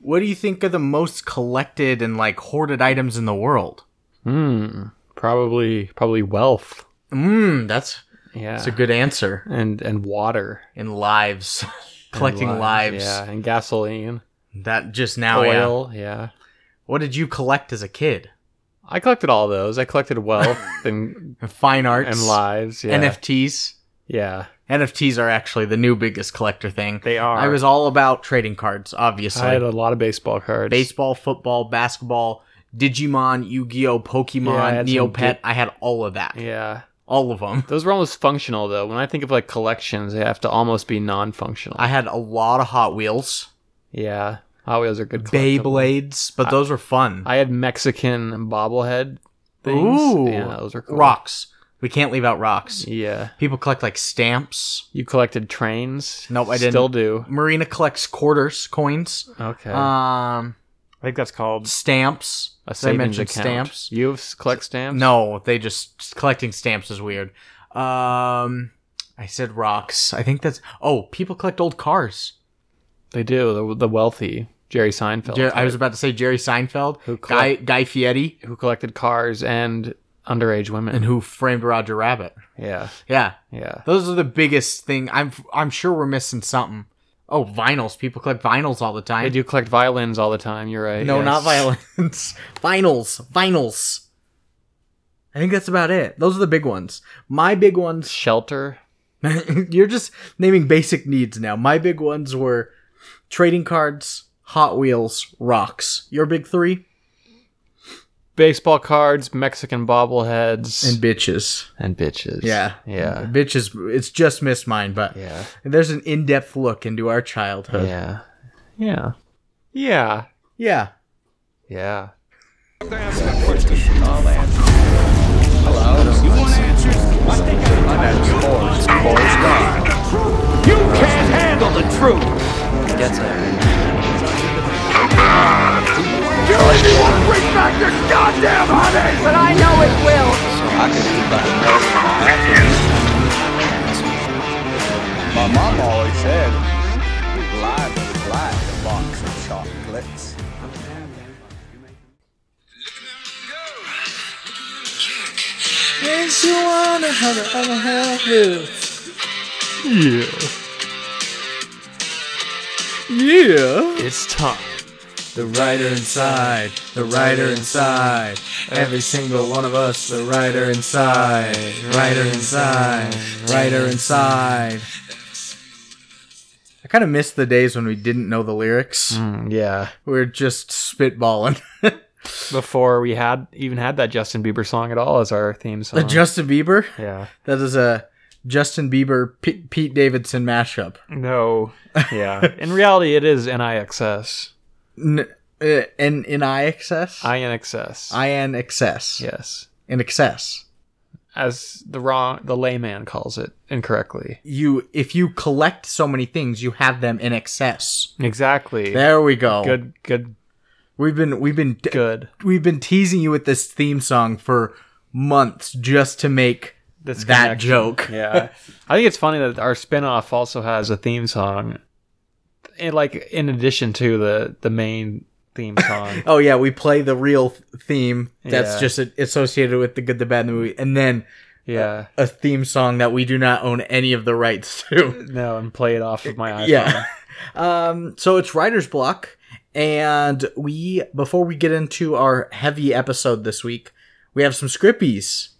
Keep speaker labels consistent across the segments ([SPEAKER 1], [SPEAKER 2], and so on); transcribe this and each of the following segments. [SPEAKER 1] What do you think are the most collected and like hoarded items in the world?
[SPEAKER 2] Hmm. Probably probably wealth. Hmm,
[SPEAKER 1] Mmm, that's
[SPEAKER 2] Yeah.
[SPEAKER 1] that's a good answer.
[SPEAKER 2] and and water.
[SPEAKER 1] In lives,
[SPEAKER 2] And
[SPEAKER 1] collecting lives.
[SPEAKER 2] Yeah, and gasoline.
[SPEAKER 1] That just now. yeah.
[SPEAKER 2] oil. Oh, Yeah.
[SPEAKER 1] What did you collect as a kid?
[SPEAKER 2] I collected all those. I collected wealth and
[SPEAKER 1] Fine arts,
[SPEAKER 2] and lives. Yeah.
[SPEAKER 1] NFTs.
[SPEAKER 2] yeah.
[SPEAKER 1] NFTs are actually the new biggest collector thing.
[SPEAKER 2] They are.
[SPEAKER 1] I was all about trading cards, obviously.
[SPEAKER 2] I had a lot of baseball cards.
[SPEAKER 1] baseball, football, basketball, Digimon, Yu-Gi-Oh,
[SPEAKER 2] Yeah, I
[SPEAKER 1] Pokemon,
[SPEAKER 2] had some
[SPEAKER 1] Neopet.
[SPEAKER 2] Di-
[SPEAKER 1] I had all of that.
[SPEAKER 2] Yeah.
[SPEAKER 1] All of them.
[SPEAKER 2] Those were almost functional though. When I think of like collections, they have to almost be non-functional.
[SPEAKER 1] I had a lot of Hot Wheels,
[SPEAKER 2] yeah. Hot Wheels are good. collectible.
[SPEAKER 1] Beyblades, but those were fun.
[SPEAKER 2] I had Mexican bobblehead things.
[SPEAKER 1] Ooh.
[SPEAKER 2] Yeah, those are cool.
[SPEAKER 1] Rocks. We can't leave out rocks.
[SPEAKER 2] Yeah.
[SPEAKER 1] People collect like stamps.
[SPEAKER 2] You collected trains?
[SPEAKER 1] Nope, I didn't.
[SPEAKER 2] Still do.
[SPEAKER 1] Marina collects quarters, coins,
[SPEAKER 2] Okay.
[SPEAKER 1] um,
[SPEAKER 2] I think that's called
[SPEAKER 1] stamps. Did
[SPEAKER 2] a
[SPEAKER 1] I
[SPEAKER 2] savings
[SPEAKER 1] mention
[SPEAKER 2] account.
[SPEAKER 1] stamps?
[SPEAKER 2] You have s- collect stamps?
[SPEAKER 1] No, they just collecting stamps is weird. Um, I said rocks. I think that's. Oh, people collect old cars.
[SPEAKER 2] They do. The, the wealthy. Jerry Seinfeld.
[SPEAKER 1] Jer- I was about to say Jerry Seinfeld,
[SPEAKER 2] Who
[SPEAKER 1] Guy Guy Fieri,
[SPEAKER 2] who collected cars and underage women.
[SPEAKER 1] and who framed Roger Rabbit.
[SPEAKER 2] yeah.
[SPEAKER 1] Yeah,
[SPEAKER 2] Yeah.
[SPEAKER 1] those are the biggest thing. I'm I'm sure we're missing something. Oh, vinyls. People collect vinyls all the time.
[SPEAKER 2] They do collect violins all the time. You're right.
[SPEAKER 1] No,
[SPEAKER 2] yes.
[SPEAKER 1] not violins. vinyls. Vinyls. I think that's about it. Those are the big ones. My big ones.
[SPEAKER 2] Shelter.
[SPEAKER 1] You're just naming basic needs now. My big ones were trading cards, Hot Wheels, rocks. Your big three?
[SPEAKER 2] Baseball cards, Mexican bobbleheads,
[SPEAKER 1] And bitches.
[SPEAKER 2] and bitches.
[SPEAKER 1] Yeah.
[SPEAKER 2] Yeah.
[SPEAKER 1] Bitches. It's just missed mine, but
[SPEAKER 2] Yeah.
[SPEAKER 1] there's an in depth look into our childhood.
[SPEAKER 2] Yeah. Yeah. Yeah.
[SPEAKER 1] Yeah.
[SPEAKER 2] Yeah.
[SPEAKER 3] can't handle the truth. You really won't bring back your goddamn honey! But I know it will.
[SPEAKER 4] My mom always said, life is like a box of chocolates.
[SPEAKER 2] Yeah.
[SPEAKER 1] Yeah.
[SPEAKER 2] It's time.
[SPEAKER 1] The writer inside. The writer inside. Every single one of us, the writer inside. Writer inside. Writer inside. I kind of miss the days when we didn't know the lyrics.
[SPEAKER 2] Mm, yeah.
[SPEAKER 1] We were just spitballing.
[SPEAKER 2] Before we had even had that Justin Bieber song at all as our theme
[SPEAKER 1] the
[SPEAKER 2] song.
[SPEAKER 1] Justin Bieber.
[SPEAKER 2] yeah.
[SPEAKER 1] That is a Justin Bieber P- Pete Davidson mashup.
[SPEAKER 2] No. Yeah. In reality, it is NIXS.
[SPEAKER 1] N- uh, in in I excess.
[SPEAKER 2] INXS.
[SPEAKER 1] I in excess.
[SPEAKER 2] yes.
[SPEAKER 1] In excess.
[SPEAKER 2] As the wrong, the layman calls it incorrectly.
[SPEAKER 1] You if you collect so many things, you have them in excess.
[SPEAKER 2] Exactly.
[SPEAKER 1] There we go.
[SPEAKER 2] Good. Good.
[SPEAKER 1] We've been we've been
[SPEAKER 2] Good.
[SPEAKER 1] we've been teasing you with this theme song for months just to make
[SPEAKER 2] This
[SPEAKER 1] that
[SPEAKER 2] connection.
[SPEAKER 1] joke.
[SPEAKER 2] Yeah. I think it's funny that our spinoff also has a theme song, and like in addition to the the main theme song.
[SPEAKER 1] Oh yeah, we play the real th- theme that's
[SPEAKER 2] Yeah.
[SPEAKER 1] just a- associated with the good, the bad, and the movie, and then
[SPEAKER 2] yeah.
[SPEAKER 1] a theme song that we do not own any of the rights to.
[SPEAKER 2] No, and play it off of my iPhone.
[SPEAKER 1] Yeah. Um, so it's writer's block, and we before we get into our heavy episode this week, we have some scrippies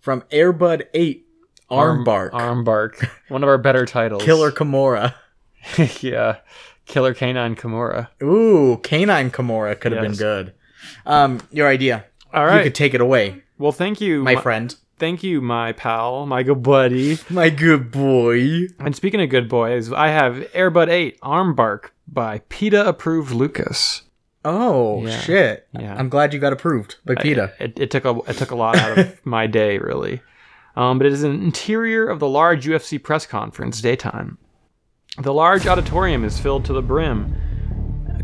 [SPEAKER 1] from Airbud Eight Armbark
[SPEAKER 2] Armbark. One of our better titles.
[SPEAKER 1] Killer Kimura.
[SPEAKER 2] yeah. Killer Canine Kimura.
[SPEAKER 1] Ooh, Canine Kimura could have been
[SPEAKER 2] Yes.
[SPEAKER 1] good. Um, your idea.
[SPEAKER 2] All
[SPEAKER 1] You
[SPEAKER 2] right.
[SPEAKER 1] could take it away,
[SPEAKER 2] well, thank you,
[SPEAKER 1] my friend,
[SPEAKER 2] Thank you, my pal, my good buddy.
[SPEAKER 1] my good boy.
[SPEAKER 2] And speaking of good boys, I have Airbud 8 Armbark by PETA approved Lucas.
[SPEAKER 1] Oh
[SPEAKER 2] Yeah.
[SPEAKER 1] shit!
[SPEAKER 2] Yeah.
[SPEAKER 1] I'm glad you got approved by Peta.
[SPEAKER 2] It, it took a it took a lot out of my day, really. Um, but it is an interior of the large UFC press conference, daytime. The large auditorium is filled to the brim,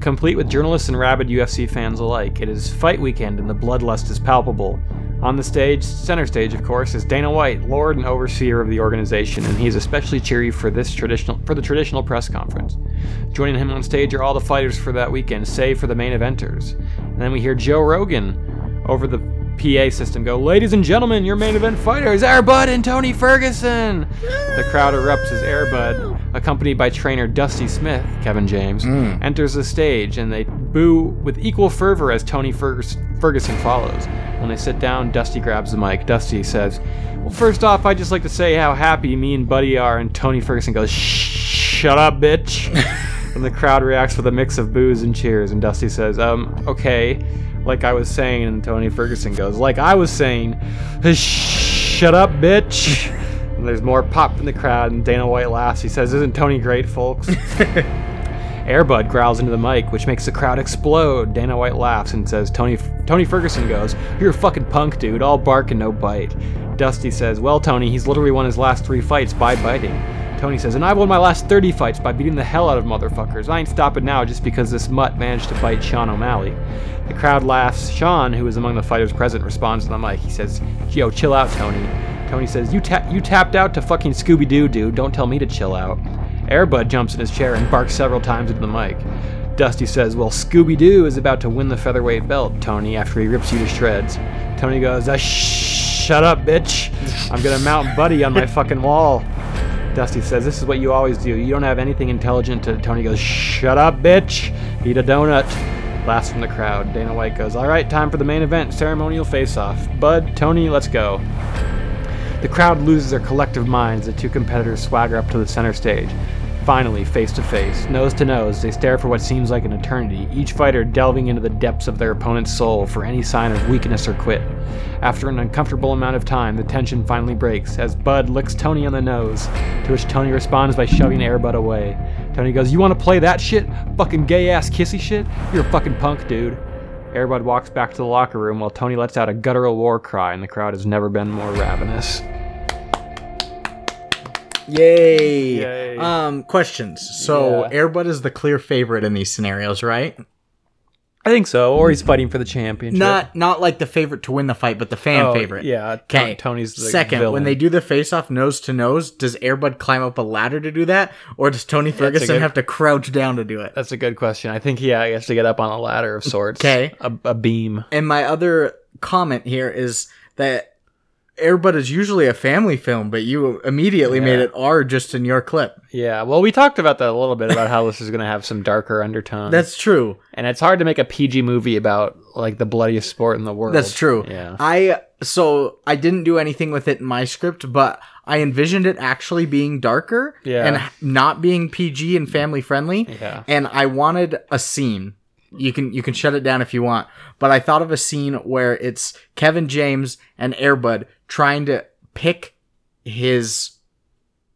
[SPEAKER 2] complete with journalists and rabid UFC fans alike. It is fight weekend, and the bloodlust is palpable. On the stage, center stage, of course, is Dana White, Lord and Overseer of the organization, and he's especially cheery for this traditional for the traditional press conference. Joining him on stage are all the fighters for that weekend, save for the main eventers. And then we hear Joe Rogan over the PA system go, "Ladies and gentlemen, your main event fighters, Airbud and Tony Ferguson." The crowd erupts as Airbud, accompanied by trainer Dusty Smith, Kevin James, enters the stage, and they boo with equal fervor as Tony Fergus- Ferguson follows. When they sit down, Dusty grabs the mic. Dusty says, Well, first off, I'd just like to say how happy me and Buddy are. And Tony Ferguson goes, "Shh, Shut up, bitch. and the crowd reacts with a mix of boos and cheers. And Dusty says, Um, okay. Like I was saying. And Tony Ferguson goes, Like I was saying, "Shh, Shut up, bitch. and there's more pop from the crowd. And Dana White laughs. He says, Isn't Tony great, folks? Airbud growls into the mic, which makes the crowd explode. Dana White laughs and says, "Tony, Tony Ferguson goes, you're a fucking punk, dude. All bark and no bite." Dusty says, "Well, Tony, he's literally won his last three fights by biting." Tony says, "And I've won my last 30 fights by beating the hell out of motherfuckers. I ain't stopping now just because this mutt managed to bite Sean O'Malley." The crowd laughs. Sean, who is among the fighters present, responds to the mic. He says, "Yo, chill out, Tony." Tony says, "You ta- you tapped out to fucking Scooby Doo, dude. Don't tell me to chill out." Airbud jumps in his chair and barks several times into the mic. Dusty says, Well, Scooby Doo is about to win the featherweight belt, Tony, after he rips you to shreds. Tony goes, uh, sh- Shut up, bitch. I'm going to mount Buddy on my fucking wall. Dusty says, This is what you always do. You don't have anything intelligent to. Tony goes, Shut up, bitch. Eat a donut. Laughs from the crowd. Dana White goes, All right, time for the main event ceremonial face off. Bud, Tony, let's go. The crowd loses their collective minds. The two competitors swagger up to the center stage. Finally, face to face, nose to nose, they stare for what seems like an eternity, each fighter delving into the depths of their opponent's soul for any sign of weakness or quit. After an uncomfortable amount of time, the tension finally breaks as Bud licks Tony on the nose, to which Tony responds by shoving Airbud away. Tony goes, You want to play that shit? Fucking gay ass kissy shit? You're a fucking punk, dude. Airbud walks back to the locker room while Tony lets out a guttural war cry, and the crowd has never been more ravenous.
[SPEAKER 1] Yay.
[SPEAKER 2] Yay.
[SPEAKER 1] Um, questions. So
[SPEAKER 2] Yeah.
[SPEAKER 1] Airbud is the clear favorite in these scenarios, right?
[SPEAKER 2] I think so, or he's fighting for the championship.
[SPEAKER 1] Not not like the favorite to win the fight, but the fan
[SPEAKER 2] Oh,
[SPEAKER 1] favorite.
[SPEAKER 2] yeah, Ton-
[SPEAKER 1] Okay.
[SPEAKER 2] Tony's the
[SPEAKER 1] second.
[SPEAKER 2] villain.
[SPEAKER 1] When they do the face off nose to nose, does Airbud climb up a ladder to do that, or does Tony Ferguson
[SPEAKER 2] good-
[SPEAKER 1] have to crouch down to do it?
[SPEAKER 2] That's a good question. I think yeah, he has to get up on a ladder of sorts.
[SPEAKER 1] 'Kay.
[SPEAKER 2] a, a beam.
[SPEAKER 1] And my other comment here is that Airbud is usually a family film, but you immediately made it R just in your clip.
[SPEAKER 2] Yeah. Well, we talked about that a little bit about how this is going to have some darker undertones.
[SPEAKER 1] That's true.
[SPEAKER 2] and it's hard to make a PG movie about like the bloodiest sport in the world.
[SPEAKER 1] That's true.
[SPEAKER 2] Yeah.
[SPEAKER 1] I so I didn't do anything with it in my script, but I envisioned it actually being darker
[SPEAKER 2] Yeah.
[SPEAKER 1] and not being PG and family friendly.
[SPEAKER 2] Yeah.
[SPEAKER 1] And I wanted a scene. You can you can shut it down if you want, but I thought of a scene where it's Kevin James and Airbud trying to pick his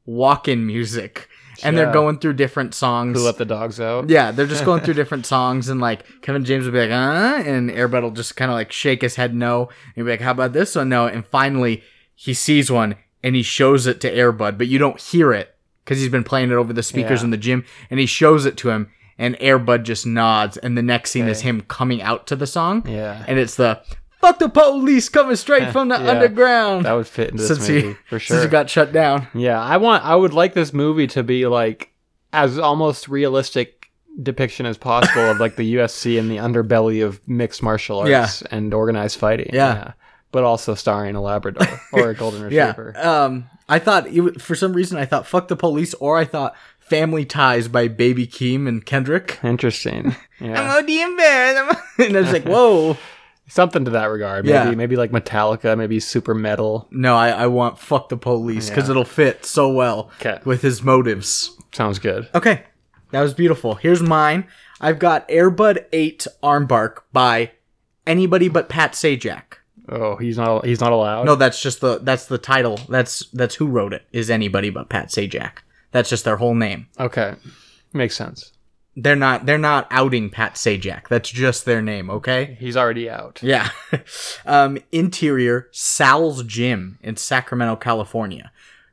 [SPEAKER 1] walk-in music. And
[SPEAKER 2] Yeah.
[SPEAKER 1] they're going through different songs.
[SPEAKER 2] Who let the dogs out?
[SPEAKER 1] Yeah, they're just going through different songs, and like Kevin James will be like, uh, and Airbud will just kind of like shake his head no, and he'll be like, how about this one? No, and finally he sees one and he shows it to Airbud, but you don't hear it because he's been playing it over the speakers
[SPEAKER 2] Yeah.
[SPEAKER 1] in the gym, and he shows it to him, and Airbud just nods, and the next scene is him coming out to the song,
[SPEAKER 2] Yeah.
[SPEAKER 1] and it's the fuck the police coming straight from the
[SPEAKER 2] Yeah.
[SPEAKER 1] underground.
[SPEAKER 2] That would fit into this
[SPEAKER 1] since
[SPEAKER 2] movie
[SPEAKER 1] he
[SPEAKER 2] for sure.
[SPEAKER 1] since he got shut down.
[SPEAKER 2] Yeah, I want I would like this movie to be like as almost realistic depiction as possible of like the UFC and the underbelly of mixed martial arts
[SPEAKER 1] Yeah.
[SPEAKER 2] and organized fighting.
[SPEAKER 1] Yeah.
[SPEAKER 2] But also starring a Labrador or a Golden Retriever.
[SPEAKER 1] Yeah. Um, I thought it, w- for some reason I thought "fuck the police" or I thought "Family Ties" by Baby Keem and Kendrick.
[SPEAKER 2] Interesting. Yeah.
[SPEAKER 1] OD in bed, I'm- and I was like, "Whoa!"
[SPEAKER 2] Something to that regard. Maybe
[SPEAKER 1] Yeah.
[SPEAKER 2] maybe like Metallica, maybe super metal.
[SPEAKER 1] No, I, I want "fuck the police" because it'll fit so well
[SPEAKER 2] 'Kay.
[SPEAKER 1] with his motives.
[SPEAKER 2] Sounds good.
[SPEAKER 1] Okay, that was beautiful. Here's mine. I've got Airbud Eight Armbark by anybody but Pat Sajak.
[SPEAKER 2] Oh, he's not he's not allowed.
[SPEAKER 1] No, that's just the that's the title. That's that's who wrote it. Is anybody but Pat Sajak? That's just their whole name.
[SPEAKER 2] Okay. Makes sense.
[SPEAKER 1] They're not they're not outing Pat Sajak. That's just their name, okay?
[SPEAKER 2] He's already out.
[SPEAKER 1] Yeah. um interior Sal's gym in Sacramento, California.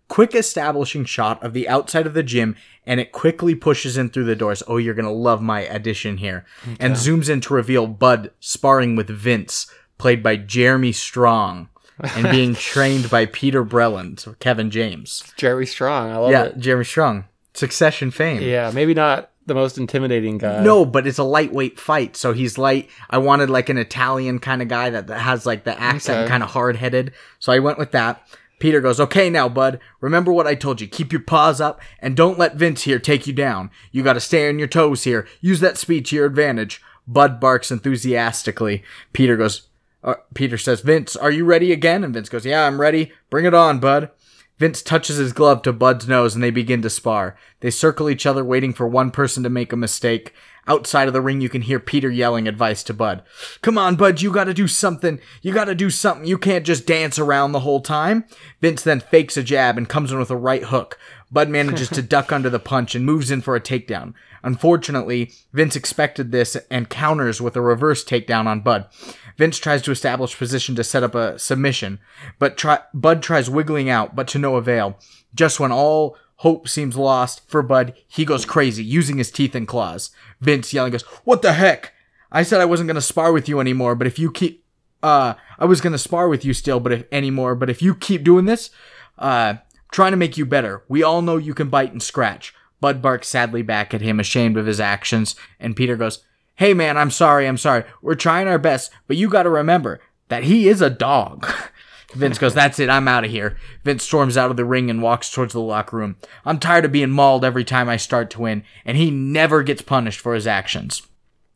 [SPEAKER 1] Quick establishing shot of the outside of the gym and it quickly pushes in through the doors. Oh, you're going to love my addition here. And zooms in to reveal Bud sparring with Vince. played by Jeremy Strong, and being trained by Peter Breland, so Kevin James.
[SPEAKER 2] Jerry Strong. I love
[SPEAKER 1] yeah,
[SPEAKER 2] it.
[SPEAKER 1] Jeremy Strong, Succession fame.
[SPEAKER 2] Yeah, maybe not the most intimidating guy.
[SPEAKER 1] No, but it's a lightweight fight, so he's light. I wanted like an Italian kind of guy that, that has like the accent,
[SPEAKER 2] Okay.
[SPEAKER 1] kind of hard headed. So I went with that. Peter goes, "Okay, now, bud. Remember what I told you. Keep your paws up and don't let Vince here take you down. You got to stay on your toes here. Use that speed to your advantage." Bud barks enthusiastically. Peter goes, uh, "Peter says, Vince, are you ready again?" And Vince goes, "Yeah, I'm ready. Bring it on, bud." Vince touches his glove to Bud's nose and they begin to spar. They circle each other, waiting for one person to make a mistake. Outside of the ring, you can hear Peter yelling advice to Bud. Come on, Bud, you gotta do something. You gotta do something. You can't just dance around the whole time. Vince then fakes a jab and comes in with a right hook. Bud manages to duck under the punch and moves in for a takedown. Unfortunately, Vince expected this and counters with a reverse takedown on Bud. Vince tries to establish position to set up a submission, but try- Bud tries wiggling out, but to no avail. Just when all hope seems lost for Bud, he goes crazy, using his teeth and claws. Vince yelling goes, "What the heck? I said I wasn't gonna spar with you anymore, but if you keep, uh, I was gonna spar with you still, but if anymore, but if you keep doing this, uh, trying to make you better. We all know you can bite and scratch." Bud barks sadly back at him, ashamed of his actions, and Peter goes, Hey man, I'm sorry, I'm sorry. We're trying our best, but you gotta remember that he is a dog. Vince goes, That's it, I'm out of here. Vince storms out of the ring and walks towards the locker room. I'm tired of being mauled every time I start to win, and he never gets punished for his actions.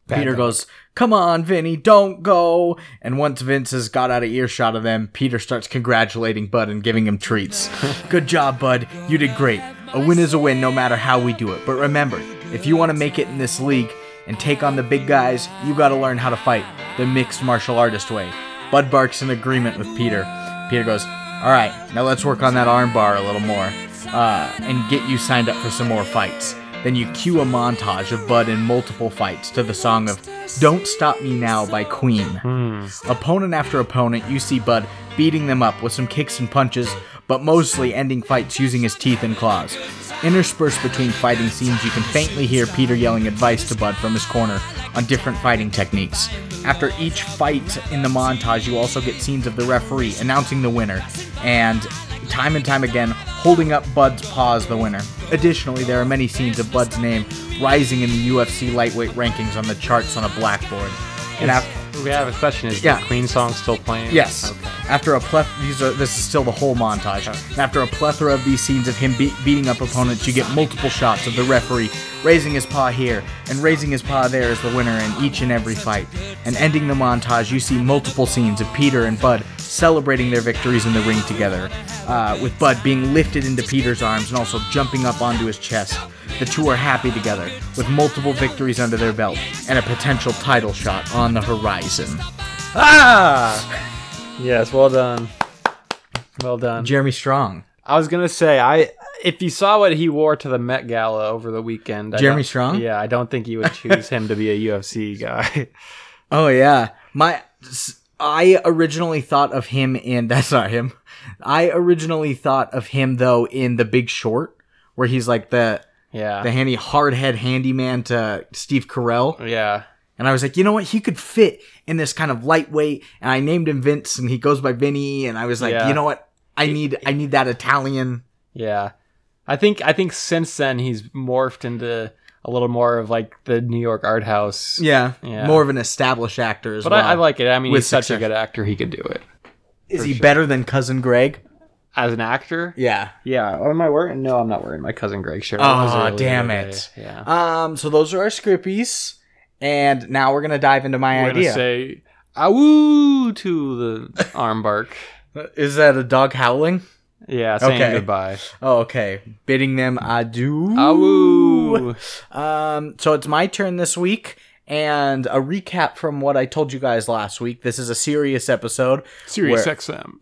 [SPEAKER 1] Peter goes, Come on, Vinny, don't go. And once Vince has got out of earshot of them, Peter starts congratulating Bud and giving him treats. Good job, Bud. You did great. A win is a win no matter how we do it. But remember, if you want to make it in this league and take on the big guys, you got to learn how to fight the mixed martial artist way. Bud barks in agreement with Peter. Peter goes, All right, now let's work on that armbar a little more uh, and get you signed up for some more fights. Then you cue a montage of Bud in multiple fights to the song of Don't Stop Me Now by Queen. Opponent after opponent, you see Bud beating them up with some kicks and punches, but mostly ending fights using his teeth and claws. Interspersed between fighting scenes, you can faintly hear Peter yelling advice to Bud from his corner on different fighting techniques. After each fight in the montage, you also get scenes of the referee announcing the winner and time and time again holding up Bud's paw as the winner. Additionally, there are many scenes of Bud's name rising in the UFC lightweight rankings on the charts on a blackboard. And after
[SPEAKER 2] We have a question. Is
[SPEAKER 1] Yeah.
[SPEAKER 2] the Queen song still playing?
[SPEAKER 1] Yes.
[SPEAKER 2] Okay.
[SPEAKER 1] After a plethora, these are this is still the whole montage. After a plethora of these scenes of him be- beating up opponents, you get multiple shots of the referee raising his paw here and raising his paw there as the winner in each and every fight. And ending the montage, you see multiple scenes of Peter and Bud celebrating their victories in the ring together, uh, with Bud being lifted into Peter's arms and also jumping up onto his chest. The two are happy together, with multiple victories under their belt and a potential title shot on the horizon.
[SPEAKER 2] Ah. Yes. Well done. Well done.
[SPEAKER 1] Jeremy Strong.
[SPEAKER 2] I was gonna say I. If you saw what he wore to the Met Gala over the weekend, I
[SPEAKER 1] Jeremy
[SPEAKER 2] don't-
[SPEAKER 1] Strong?
[SPEAKER 2] Yeah, I don't think you would choose him to be a UFC guy.
[SPEAKER 1] Oh yeah, my s- I originally thought of him in that's not him. I originally thought of him though in The Big Short, where he's like the
[SPEAKER 2] yeah.
[SPEAKER 1] the handy hard head handyman to Steve Carell,
[SPEAKER 2] yeah.
[SPEAKER 1] and I was like, you know what, he could fit in this kind of lightweight. And I named him Vince, and he goes by Vinny, and I was like,
[SPEAKER 2] Yeah.
[SPEAKER 1] you know what, I need I need that Italian.
[SPEAKER 2] Yeah. I think I think since then he's morphed into a little more of like the New York art house.
[SPEAKER 1] Yeah,
[SPEAKER 2] Yeah.
[SPEAKER 1] more of an established actor as
[SPEAKER 2] But
[SPEAKER 1] well.
[SPEAKER 2] I, I like it. I mean,
[SPEAKER 1] With
[SPEAKER 2] he's such a
[SPEAKER 1] success.
[SPEAKER 2] good actor; he could do it
[SPEAKER 1] Is he better than Cousin Greg?
[SPEAKER 2] as an actor.
[SPEAKER 1] Yeah.
[SPEAKER 2] Yeah. What am I wearing? No, I'm not wearing my cousin Greg shirt. I was
[SPEAKER 1] Aw,
[SPEAKER 2] earlier
[SPEAKER 1] damn
[SPEAKER 2] today.
[SPEAKER 1] it.
[SPEAKER 2] Yeah.
[SPEAKER 1] Um, so those are our scrippies, and now we're gonna dive into my
[SPEAKER 2] We're
[SPEAKER 1] idea.
[SPEAKER 2] gonna say awoo to the arm bark.
[SPEAKER 1] Is that a dog howling?
[SPEAKER 2] Yeah, saying
[SPEAKER 1] Okay.
[SPEAKER 2] goodbye.
[SPEAKER 1] Oh, okay. Bidding them adieu.
[SPEAKER 2] Awoo.
[SPEAKER 1] Um, so it's my turn this week, and a recap from what I told you guys last week. This is a serious episode,
[SPEAKER 2] Serious
[SPEAKER 1] Where-
[SPEAKER 2] XM.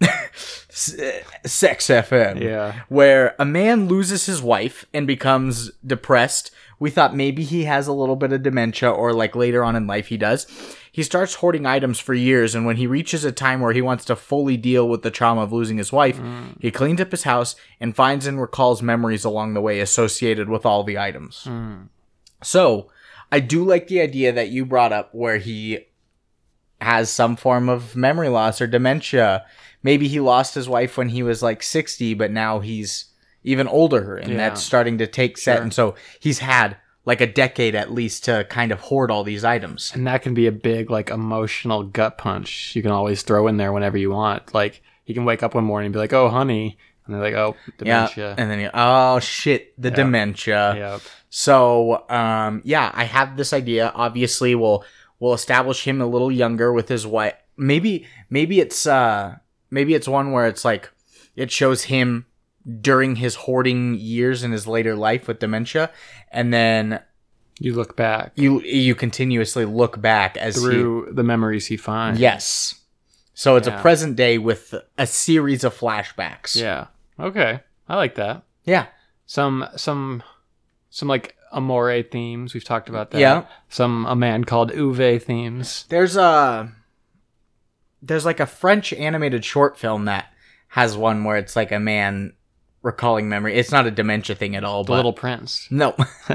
[SPEAKER 1] Sex FM.
[SPEAKER 2] yeah.
[SPEAKER 1] where a man loses his wife and becomes depressed. We thought maybe he has a little bit of dementia or like later on in life he does. He starts hoarding items for years and when he reaches a time where he wants to fully deal with the trauma of losing his wife, he cleans up his house and finds and recalls memories along the way associated with all the items. So, I do like the idea that you brought up where he has some form of memory loss or dementia. Maybe he lost his wife when he was like 60, but now he's even older and
[SPEAKER 2] Yeah.
[SPEAKER 1] that's starting to take set.
[SPEAKER 2] Sure.
[SPEAKER 1] And so he's had like a decade at least to kind of hoard all these items.
[SPEAKER 2] and that can be a big like emotional gut punch you can always throw in there whenever you want like you can wake up one morning and be like oh honey and they're like oh dementia
[SPEAKER 1] Yeah. And uh, then you, oh shit, the dementia.
[SPEAKER 2] Yep.
[SPEAKER 1] So, um, yeah, I have this idea. Obviously, we'll we'll establish him a little younger with his wife. Maybe maybe it's uh maybe it's one where it's like it shows him during his hoarding years in his later life with dementia, and then
[SPEAKER 2] you look back
[SPEAKER 1] you you continuously look back as he
[SPEAKER 2] through the memories he finds
[SPEAKER 1] yes. So it's
[SPEAKER 2] Yeah.
[SPEAKER 1] a present day with a series of flashbacks.
[SPEAKER 2] yeah okay i like that
[SPEAKER 1] Yeah.
[SPEAKER 2] some some some like amore themes we've talked about that
[SPEAKER 1] Yeah.
[SPEAKER 2] some a man called uve themes
[SPEAKER 1] There's a there's like a French animated short film that has one where it's like a man recalling memory. It's not a dementia thing at all,
[SPEAKER 2] the
[SPEAKER 1] but
[SPEAKER 2] little prince
[SPEAKER 1] no,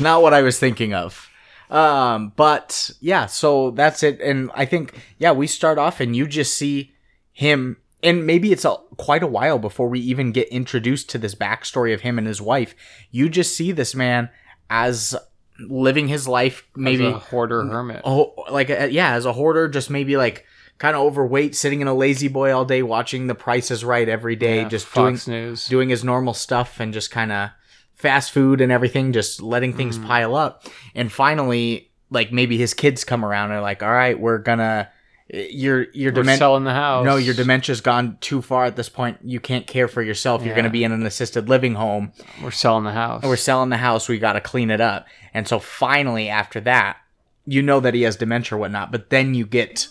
[SPEAKER 1] not what I was thinking of. Um, but yeah, so that's it. And I think yeah, we start off and you just see him, and maybe it's a, quite a while before we even get introduced to this backstory of him and his wife. You just see this man as living his life, maybe
[SPEAKER 2] as a hoarder hermit
[SPEAKER 1] oh like uh, yeah as a hoarder just maybe like kind of overweight sitting in a lazy boy all day watching the price is right every day
[SPEAKER 2] Yeah,
[SPEAKER 1] just
[SPEAKER 2] Fox
[SPEAKER 1] doing
[SPEAKER 2] News.
[SPEAKER 1] doing his normal stuff and just kind of fast food and everything just letting things
[SPEAKER 2] Mm.
[SPEAKER 1] pile up and finally like maybe his kids come around and are like all right we're gonna your your
[SPEAKER 2] We're
[SPEAKER 1] dementia
[SPEAKER 2] selling the house.
[SPEAKER 1] no your dementia's gone too far at this point you can't care for yourself you're
[SPEAKER 2] Yeah.
[SPEAKER 1] gonna be in an assisted living home
[SPEAKER 2] We're selling the house.
[SPEAKER 1] Oh, we're selling the house. We got to clean it up. And so finally, after that, you know that he has dementia or whatnot. But then you get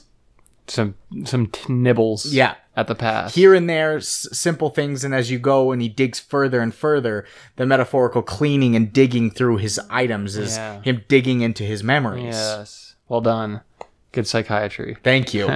[SPEAKER 2] some some t- nibbles.
[SPEAKER 1] Yeah.
[SPEAKER 2] At the past.
[SPEAKER 1] here and there s- simple things, and as you go and he digs further and further, the metaphorical cleaning and digging through his items is
[SPEAKER 2] Yeah.
[SPEAKER 1] him digging into his memories.
[SPEAKER 2] Yes. Well done. Good psychiatry.
[SPEAKER 1] Thank you.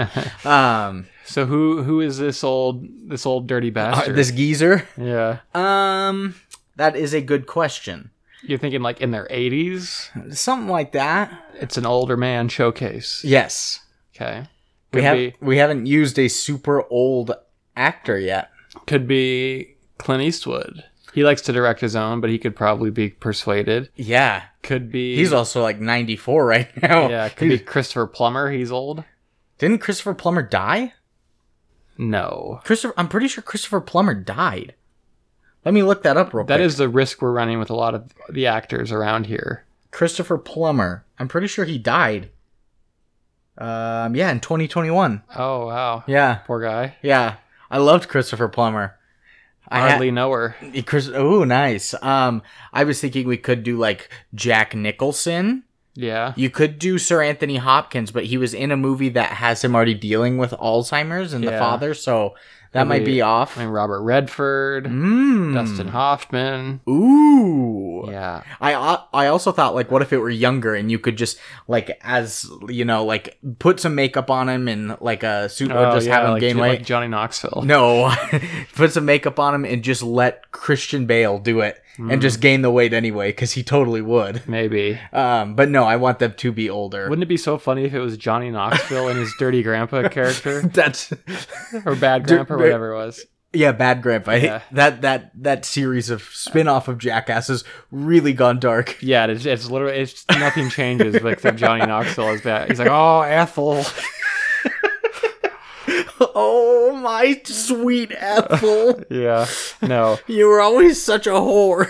[SPEAKER 1] um,
[SPEAKER 2] So who who is this old this old dirty
[SPEAKER 1] uh,
[SPEAKER 2] bastard?
[SPEAKER 1] this geezer.
[SPEAKER 2] yeah.
[SPEAKER 1] Um, that is a good question.
[SPEAKER 2] You're thinking like in their 80s.
[SPEAKER 1] Something like that.
[SPEAKER 2] It's an older man showcase.
[SPEAKER 1] Yes.
[SPEAKER 2] Okay. Could
[SPEAKER 1] We have
[SPEAKER 2] be
[SPEAKER 1] we haven't used a super old actor yet.
[SPEAKER 2] could be Clint Eastwood. He likes to direct his own, but he could probably be persuaded.
[SPEAKER 1] Yeah.
[SPEAKER 2] Could be
[SPEAKER 1] He's also like 94 right now.
[SPEAKER 2] yeah. Could be Christopher Plummer. He's old.
[SPEAKER 1] Didn't Christopher Plummer die?
[SPEAKER 2] No.
[SPEAKER 1] Christopher, I'm pretty sure Christopher Plummer died. Let me look that up real quick.
[SPEAKER 2] That is the risk we're running with a lot of the actors around here.
[SPEAKER 1] Christopher Plummer. I'm pretty sure he died. Um, yeah, in 2021.
[SPEAKER 2] Oh wow,
[SPEAKER 1] Yeah,
[SPEAKER 2] poor guy.
[SPEAKER 1] yeah. I loved Christopher Plummer. I
[SPEAKER 2] Hardly know her.
[SPEAKER 1] had, Chris. Oh, nice. Um, I was thinking we could do like Jack Nicholson.
[SPEAKER 2] Yeah,
[SPEAKER 1] You could do Sir Anthony Hopkins, but he was in a movie that has him already dealing with Alzheimer's and the
[SPEAKER 2] Yeah.
[SPEAKER 1] father, so that might
[SPEAKER 2] Maybe-
[SPEAKER 1] be off.
[SPEAKER 2] I mean Robert Redford,
[SPEAKER 1] Mm.
[SPEAKER 2] Dustin Hoffman.
[SPEAKER 1] Ooh.
[SPEAKER 2] Yeah,
[SPEAKER 1] I I also thought like, what if it were younger and you could just like, as you know, like put some makeup on him and like a suit, or
[SPEAKER 2] Oh,
[SPEAKER 1] just
[SPEAKER 2] yeah,
[SPEAKER 1] have him
[SPEAKER 2] like,
[SPEAKER 1] gain
[SPEAKER 2] like
[SPEAKER 1] weight.
[SPEAKER 2] Johnny Knoxville.
[SPEAKER 1] No, put some makeup on him and just let Christian Bale do it and just gain the weight anyway because he totally would.
[SPEAKER 2] Mm, Maybe.
[SPEAKER 1] Um, but no, I want them to be older.
[SPEAKER 2] Wouldn't it be so funny if it was Johnny Knoxville and his dirty grandpa character
[SPEAKER 1] That's
[SPEAKER 2] or bad
[SPEAKER 1] Dir-
[SPEAKER 2] grandpa,
[SPEAKER 1] dir-
[SPEAKER 2] whatever it was?
[SPEAKER 1] yeah, bad grandpa.
[SPEAKER 2] Yeah.
[SPEAKER 1] That that that series of spin-off of Jackass has really gone dark.
[SPEAKER 2] Yeah, it's, it's literally it's nothing changes except Johnny Knoxville is bad. He's like, oh Ethel,
[SPEAKER 1] Oh my sweet Ethel.
[SPEAKER 2] yeah, no,
[SPEAKER 1] You were always such a whore.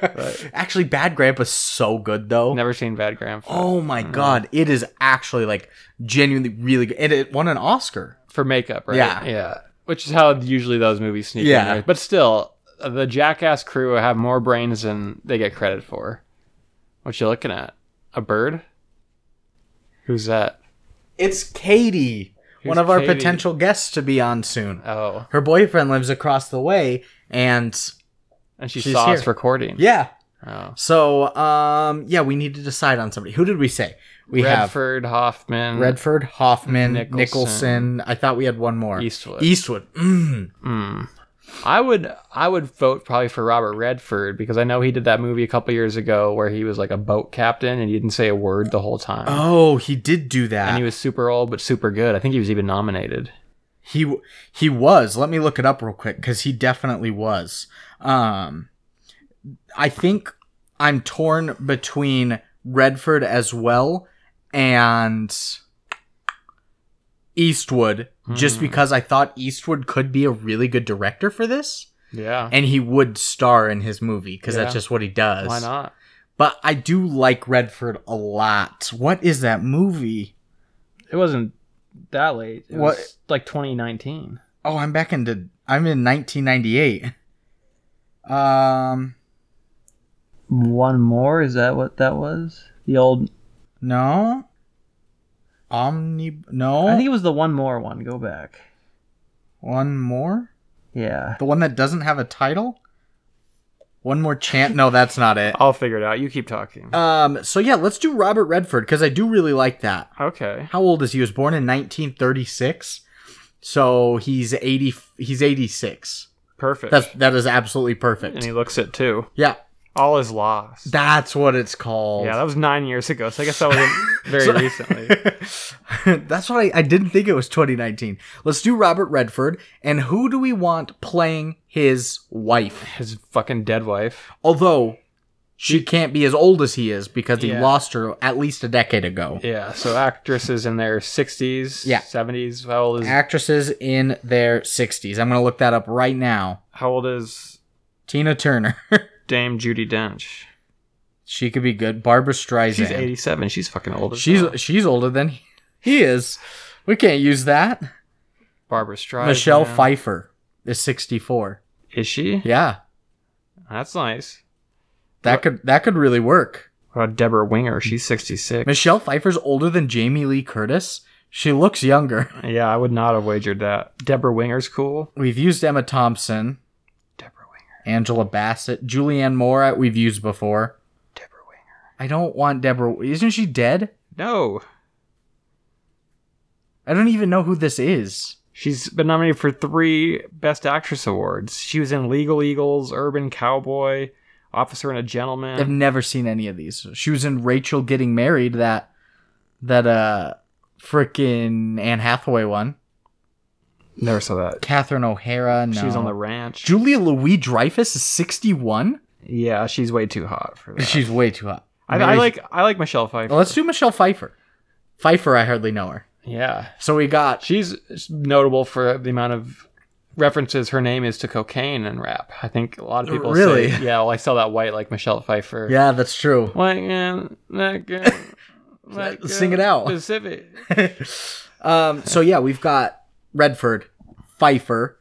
[SPEAKER 2] never
[SPEAKER 1] Actually, Bad Grandpa's so good though.
[SPEAKER 2] seen bad grandpa.
[SPEAKER 1] Oh my god, it is actually like genuinely really good, and it won an Oscar.
[SPEAKER 2] for makeup, right?
[SPEAKER 1] Yeah.
[SPEAKER 2] yeah. Which is how usually those movies sneak in.
[SPEAKER 1] Yeah.
[SPEAKER 2] There. But still, the Jackass crew have more brains than they get credit for. What you looking at? A bird? Who's that?
[SPEAKER 1] It's Katie, one of our
[SPEAKER 2] Katie?
[SPEAKER 1] potential guests to be on soon.
[SPEAKER 2] Oh,
[SPEAKER 1] Her boyfriend lives across the way, and
[SPEAKER 2] and she
[SPEAKER 1] She's
[SPEAKER 2] saw us
[SPEAKER 1] here.
[SPEAKER 2] recording.
[SPEAKER 1] yeah.
[SPEAKER 2] Oh.
[SPEAKER 1] So, um, yeah, we need to decide on somebody. Who did we say? We
[SPEAKER 2] Redford, Hoffman,
[SPEAKER 1] have Redford, Hoffman,
[SPEAKER 2] Nicholson.
[SPEAKER 1] Nicholson. I thought we had one more.
[SPEAKER 2] Eastwood.
[SPEAKER 1] Eastwood. Mm.
[SPEAKER 2] Mm. I would I would vote probably for Robert Redford because I know he did that movie a couple years ago where he was like a boat captain and he didn't say a word the whole time.
[SPEAKER 1] Oh, he did do that.
[SPEAKER 2] Uh, And he was super old but super good. I think he was even nominated.
[SPEAKER 1] He w- he was. Let me look it up real quick because he definitely was. Um, I think I'm torn between Redford as well and Eastwood,
[SPEAKER 2] Hmm.
[SPEAKER 1] just because I thought Eastwood could be a really good director for this,
[SPEAKER 2] Yeah.
[SPEAKER 1] and he would star in his movie because
[SPEAKER 2] Yeah.
[SPEAKER 1] that's just what he does.
[SPEAKER 2] Why not?
[SPEAKER 1] But I do like Redford a lot. What is that movie?
[SPEAKER 2] It wasn't that late. It
[SPEAKER 1] What-
[SPEAKER 2] was like 2019.
[SPEAKER 1] Oh, I'm back into I'm in 1998. Um,
[SPEAKER 2] One more is that what that was? The old
[SPEAKER 1] no. Omni no.
[SPEAKER 2] I think it was the one more one. Go back.
[SPEAKER 1] one more.
[SPEAKER 5] Yeah.
[SPEAKER 1] The one that doesn't have a title? One more chant. No, that's not it.
[SPEAKER 2] I'll figure it out. You keep talking.
[SPEAKER 1] Um, so yeah, let's do Robert Redford cuz I do really like that.
[SPEAKER 2] okay.
[SPEAKER 1] How old is he? He was born in 1936. So he's 80 he's 86.
[SPEAKER 2] Perfect.
[SPEAKER 1] That's that is absolutely
[SPEAKER 2] and
[SPEAKER 1] perfect.
[SPEAKER 2] he looks it too.
[SPEAKER 1] Yeah.
[SPEAKER 2] All is lost.
[SPEAKER 1] That's what it's called.
[SPEAKER 2] yeah, that was nine years ago, so I guess that was very
[SPEAKER 1] So-
[SPEAKER 2] recently.
[SPEAKER 1] That's why I, didn't think it was 2019. Let's do Robert Redford. And who do we want playing his wife?
[SPEAKER 2] His fucking dead wife.
[SPEAKER 1] Although she can't be as old as he is because he
[SPEAKER 2] Yeah.
[SPEAKER 1] lost her at least a decade ago.
[SPEAKER 2] Yeah, so actresses in their 60s,
[SPEAKER 1] Yeah.
[SPEAKER 2] 70s. How old is
[SPEAKER 1] Actresses in their 60s. I'm going to look that up right now.
[SPEAKER 2] how old is
[SPEAKER 1] Tina Turner.
[SPEAKER 2] Dame Judy Dench?
[SPEAKER 1] she could be good. Barbara Streisand.
[SPEAKER 2] She's 87. She's fucking old. as
[SPEAKER 1] She's,
[SPEAKER 2] hell.
[SPEAKER 1] she's older than he- he is. We can't use that.
[SPEAKER 2] Barbara Streisand.
[SPEAKER 1] Michelle Pfeiffer is 64.
[SPEAKER 2] Is she?
[SPEAKER 1] Yeah.
[SPEAKER 2] That's nice.
[SPEAKER 1] That could that could really work.
[SPEAKER 2] What about Deborah Winger? She's 66.
[SPEAKER 1] Michelle Pfeiffer's older than Jamie Lee Curtis. She looks younger.
[SPEAKER 2] yeah, I would not have wagered that. Deborah Winger's cool.
[SPEAKER 1] We've used Emma Thompson,
[SPEAKER 2] Deborah Winger.
[SPEAKER 1] Angela Bassett, Julianne Moore. uh, We've used before.
[SPEAKER 2] Deborah Winger.
[SPEAKER 1] I don't want Deborah. Isn't she dead?
[SPEAKER 2] No.
[SPEAKER 1] I don't even know who this is.
[SPEAKER 2] She's been nominated for three Best Actress awards. She was in Legal Eagles, Urban Cowboy, Officer and a Gentleman.
[SPEAKER 1] I've never seen any of these. She was in Rachel Getting Married. That that uh frickin' Anne Hathaway one.
[SPEAKER 2] Never saw that.
[SPEAKER 1] Catherine O'Hara. No.
[SPEAKER 2] She was on the ranch.
[SPEAKER 1] Julia Louis Dreyfus is sixty one.
[SPEAKER 2] yeah, she's way too hot for that.
[SPEAKER 1] She's way too hot.
[SPEAKER 2] I, I
[SPEAKER 1] Maybe-
[SPEAKER 2] like I like Michelle Pfeiffer.
[SPEAKER 1] Well, let's do Michelle Pfeiffer. Pfeiffer, I hardly know her.
[SPEAKER 2] yeah,
[SPEAKER 1] So we got
[SPEAKER 2] she's notable for the amount of references her name is to cocaine and rap. I think a lot of people
[SPEAKER 1] Really?
[SPEAKER 2] say, "Yeah, well, I saw that white like Michelle Pfeiffer."
[SPEAKER 1] Yeah, that's true.
[SPEAKER 2] like and that girl, that girl,
[SPEAKER 1] Sing it out.
[SPEAKER 2] Pacific.
[SPEAKER 1] Um, so yeah, we've got Redford, Pfeiffer.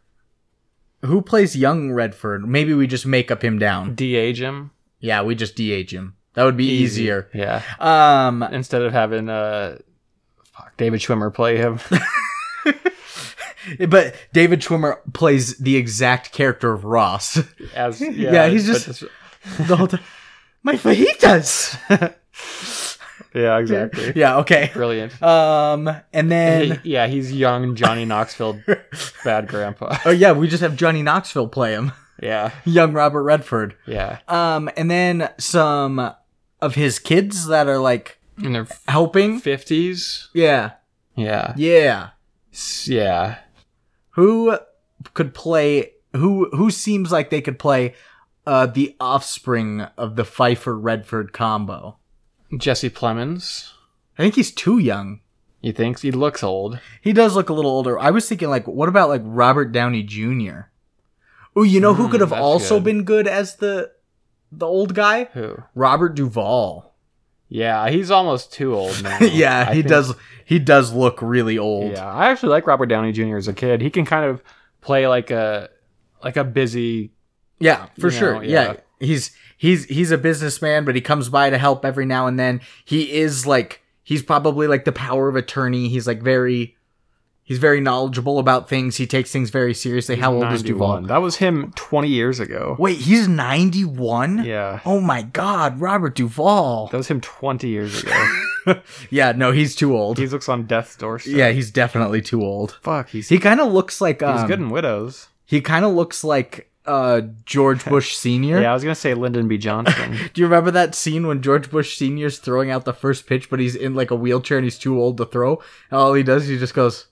[SPEAKER 1] Who plays young Redford? Maybe we just make up him down.
[SPEAKER 2] De age him.
[SPEAKER 1] Yeah, we just DH him. That would be easier.
[SPEAKER 2] Yeah,
[SPEAKER 1] Um,
[SPEAKER 2] instead of having uh, fuck David Schwimmer play him.
[SPEAKER 1] but David Schwimmer plays the exact character of Ross
[SPEAKER 2] As yeah,
[SPEAKER 1] Yeah, he's
[SPEAKER 2] but
[SPEAKER 1] just- the whole time. My fajitas.
[SPEAKER 2] yeah, exactly.
[SPEAKER 1] yeah. Okay.
[SPEAKER 2] Brilliant.
[SPEAKER 1] Um, and then
[SPEAKER 2] yeah, he's young Johnny Knoxville, bad grandpa.
[SPEAKER 1] oh yeah, we just have Johnny Knoxville play him,
[SPEAKER 2] Yeah,
[SPEAKER 1] young Robert Redford.
[SPEAKER 2] yeah.
[SPEAKER 1] Um, and then some of his kids that are like
[SPEAKER 2] In their
[SPEAKER 1] helping.
[SPEAKER 2] fifties.
[SPEAKER 1] Yeah.
[SPEAKER 2] Yeah,
[SPEAKER 1] Yeah.
[SPEAKER 2] S- yeah.
[SPEAKER 1] Who could play who who seems like they could play uh the offspring of the Pfeiffer Redford combo?
[SPEAKER 2] Jesse Plemons.
[SPEAKER 1] I think he's too young.
[SPEAKER 2] He thinks he looks old.
[SPEAKER 1] He does look a little older. I was thinking like what about like Robert Downey Jr. Oh, you know who
[SPEAKER 2] Mm,
[SPEAKER 1] could have
[SPEAKER 2] that's
[SPEAKER 1] also
[SPEAKER 2] good.
[SPEAKER 1] been good as the the old guy?
[SPEAKER 2] Who?
[SPEAKER 1] Robert Duvall.
[SPEAKER 2] Yeah, he's almost too old now.
[SPEAKER 1] yeah,
[SPEAKER 2] Oh, I
[SPEAKER 1] he
[SPEAKER 2] think-
[SPEAKER 1] does he does look really old.
[SPEAKER 2] Yeah, I actually like Robert Downey Jr. as a kid. He can kind of play like a like a busy.
[SPEAKER 1] Yeah, for
[SPEAKER 2] Uh, You
[SPEAKER 1] sure.
[SPEAKER 2] know,
[SPEAKER 1] yeah.
[SPEAKER 2] yeah.
[SPEAKER 1] He's he's he's a businessman, but he comes by to help every now and then. He is like he's probably like the power of attorney. He's like very he's very knowledgeable about things. He takes things very seriously. How old is
[SPEAKER 2] 91.
[SPEAKER 1] Duvall?
[SPEAKER 2] That was him twenty years ago.
[SPEAKER 1] Wait, he's 91?
[SPEAKER 2] Yeah,
[SPEAKER 1] Oh my god, Robert Duvall.
[SPEAKER 2] that was him twenty years ago.
[SPEAKER 1] yeah, no, he's too old.
[SPEAKER 2] he looks on death's doorstep.
[SPEAKER 1] yeah, he's definitely too old.
[SPEAKER 2] fuck. He's
[SPEAKER 1] He kind of looks like um,
[SPEAKER 2] he's good in Widows.
[SPEAKER 1] He kind of looks like uh, George Bush Senior.
[SPEAKER 2] Yeah, I was gonna say Lyndon B. Johnson.
[SPEAKER 1] Do you remember that scene when George Bush Senior's throwing out the first pitch, but he's in like a wheelchair and he's too old to throw? And all he does is he just goes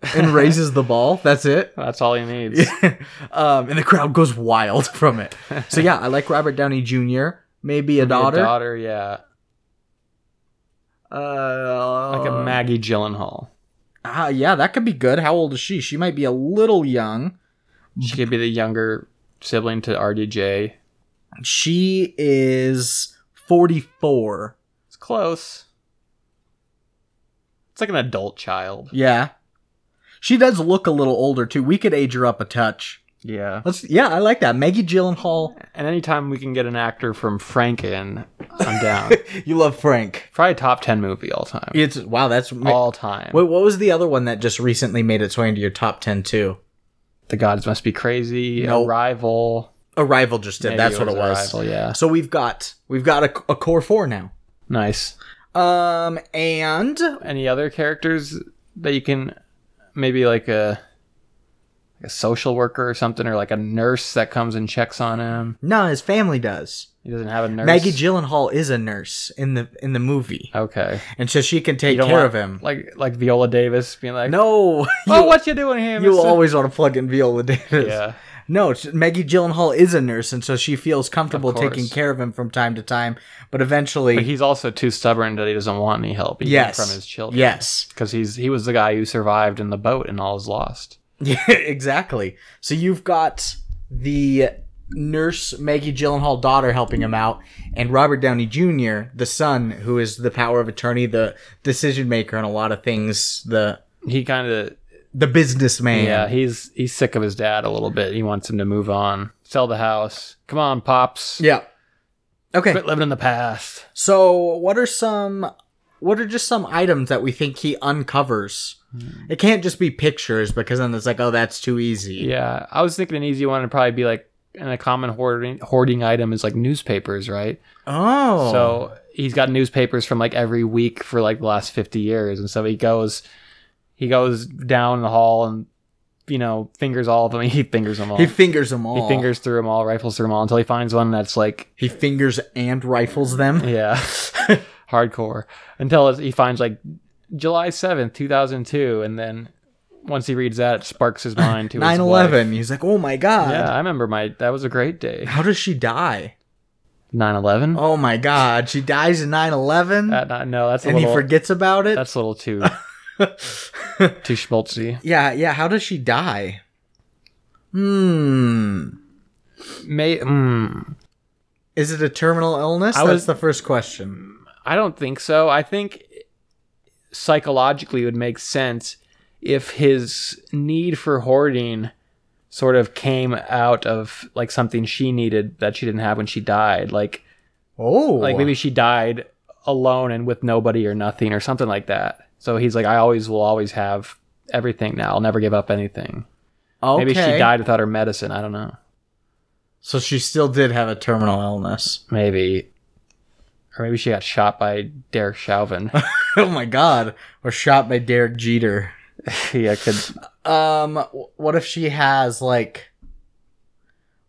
[SPEAKER 1] and raises the ball. That's it.
[SPEAKER 2] That's all he needs.
[SPEAKER 1] um, and the crowd goes wild from it. So yeah, I like Robert Downey Jr. Maybe a daughter.
[SPEAKER 2] A daughter, yeah.
[SPEAKER 1] Uh,
[SPEAKER 2] Like
[SPEAKER 1] Um,
[SPEAKER 2] a Maggie Gyllenhaal.
[SPEAKER 1] ah, yeah, that could be good. How old is she? She might be a little young.
[SPEAKER 2] She could be the younger sibling to RDJ.
[SPEAKER 1] She is forty-four.
[SPEAKER 2] It's close. It's like an adult child.
[SPEAKER 1] Yeah, she does look a little older too. We could age her up a touch.
[SPEAKER 2] Yeah.
[SPEAKER 1] Let's. Yeah, I like that. Maggie Gyllenhaal.
[SPEAKER 2] And anytime we can get an actor from Franken, I'm down.
[SPEAKER 1] You love Frank.
[SPEAKER 2] Probably a top ten movie all time.
[SPEAKER 1] It's wow. That's wait.
[SPEAKER 2] All time.
[SPEAKER 1] What was the other one that just recently made its way into your top ten too?
[SPEAKER 2] The Gods Must Be Crazy.
[SPEAKER 1] Nope.
[SPEAKER 2] Arrival.
[SPEAKER 1] Arrival just did.
[SPEAKER 2] Maybe
[SPEAKER 1] that's what it was.
[SPEAKER 2] Arrival, yeah.
[SPEAKER 1] So we've got we've got a, a core four now.
[SPEAKER 2] Nice.
[SPEAKER 1] Um, and
[SPEAKER 2] Any other characters that you can maybe like a like a social worker or something, or like a nurse that comes and checks on him.
[SPEAKER 1] no, his family does.
[SPEAKER 2] He doesn't have a nurse.
[SPEAKER 1] Maggie Gyllenhaal is a nurse in the in the movie,
[SPEAKER 2] Okay.
[SPEAKER 1] and so she can
[SPEAKER 2] You
[SPEAKER 1] take
[SPEAKER 2] don't
[SPEAKER 1] care
[SPEAKER 2] want,
[SPEAKER 1] of him.
[SPEAKER 2] Like like Viola Davis being like,
[SPEAKER 1] no,
[SPEAKER 2] oh, what you doing here?
[SPEAKER 1] you
[SPEAKER 2] mister?"
[SPEAKER 1] always want to plug in Viola Davis.
[SPEAKER 2] Yeah.
[SPEAKER 1] No, it's, Maggie Gyllenhaal is a nurse, and so she feels comfortable
[SPEAKER 2] course.
[SPEAKER 1] taking care of him from time to time. But eventually,
[SPEAKER 2] But he's also too stubborn that he doesn't want any help. Even
[SPEAKER 1] yes,
[SPEAKER 2] From his children.
[SPEAKER 1] Yes,
[SPEAKER 2] Because he's he was the guy who survived in the boat and all is lost.
[SPEAKER 1] Yeah, exactly. So you've got the nurse Maggie Gyllenhaal daughter helping him out, and Robert Downey Jr., the son, who is the power of attorney, the decision maker on a lot of things, the
[SPEAKER 2] He kind of
[SPEAKER 1] the businessman.
[SPEAKER 2] yeah. He's he's sick of his dad a little bit. He wants him to move on, sell the house. Come on, pops.
[SPEAKER 1] Yeah. Okay.
[SPEAKER 2] Quit living in the past.
[SPEAKER 1] so what are some what are just some items that we think he uncovers?
[SPEAKER 2] Hmm.
[SPEAKER 1] It can't just be pictures because then it's like, oh, that's too easy.
[SPEAKER 2] Yeah, I was thinking an easy one would probably be like, and a common hoarding hoarding item is like newspapers, right?
[SPEAKER 1] Oh.
[SPEAKER 2] So he's got newspapers from like every week for like the last fifty years, and so he goes, he goes down the hall and you know fingers all of them. He fingers them all.
[SPEAKER 1] he fingers them all.
[SPEAKER 2] He fingers through them all, rifles through them all until he finds one that's like,
[SPEAKER 1] He fingers and rifles them.
[SPEAKER 2] yeah, hardcore. Until he finds like July 7th, 2002. And then once he reads that, it sparks his mind to
[SPEAKER 1] 9
[SPEAKER 2] 9
[SPEAKER 1] 11. He's like, oh my God.
[SPEAKER 2] Yeah, I remember my, that was a great day.
[SPEAKER 1] How does she die?
[SPEAKER 2] 9 11?
[SPEAKER 1] Oh my God. She dies in 9 11 and
[SPEAKER 2] no, that's a
[SPEAKER 1] he
[SPEAKER 2] little,
[SPEAKER 1] forgets about it?
[SPEAKER 2] that's a little too, too schmaltzy.
[SPEAKER 1] yeah, yeah. How does she die? Hmm.
[SPEAKER 2] May, mm,
[SPEAKER 1] Is it a terminal illness?
[SPEAKER 2] I
[SPEAKER 1] That's
[SPEAKER 2] was-
[SPEAKER 1] the first question.
[SPEAKER 2] I don't think so. I think psychologically it would make sense if his need for hoarding sort of came out of like something she needed that she didn't have when she died. Like
[SPEAKER 1] Oh.
[SPEAKER 2] like maybe she died alone and with nobody or nothing or something like that. So he's like I always will always have everything now. I'll never give up anything.
[SPEAKER 1] Oh, okay.
[SPEAKER 2] Maybe she died without her medicine. I don't know.
[SPEAKER 1] So she still did have a terminal illness.
[SPEAKER 2] Maybe or maybe she got shot by Derek Chauvin.
[SPEAKER 1] oh my God. Or shot by Derek Jeter.
[SPEAKER 2] yeah, could
[SPEAKER 1] Um, wh- what if she has like,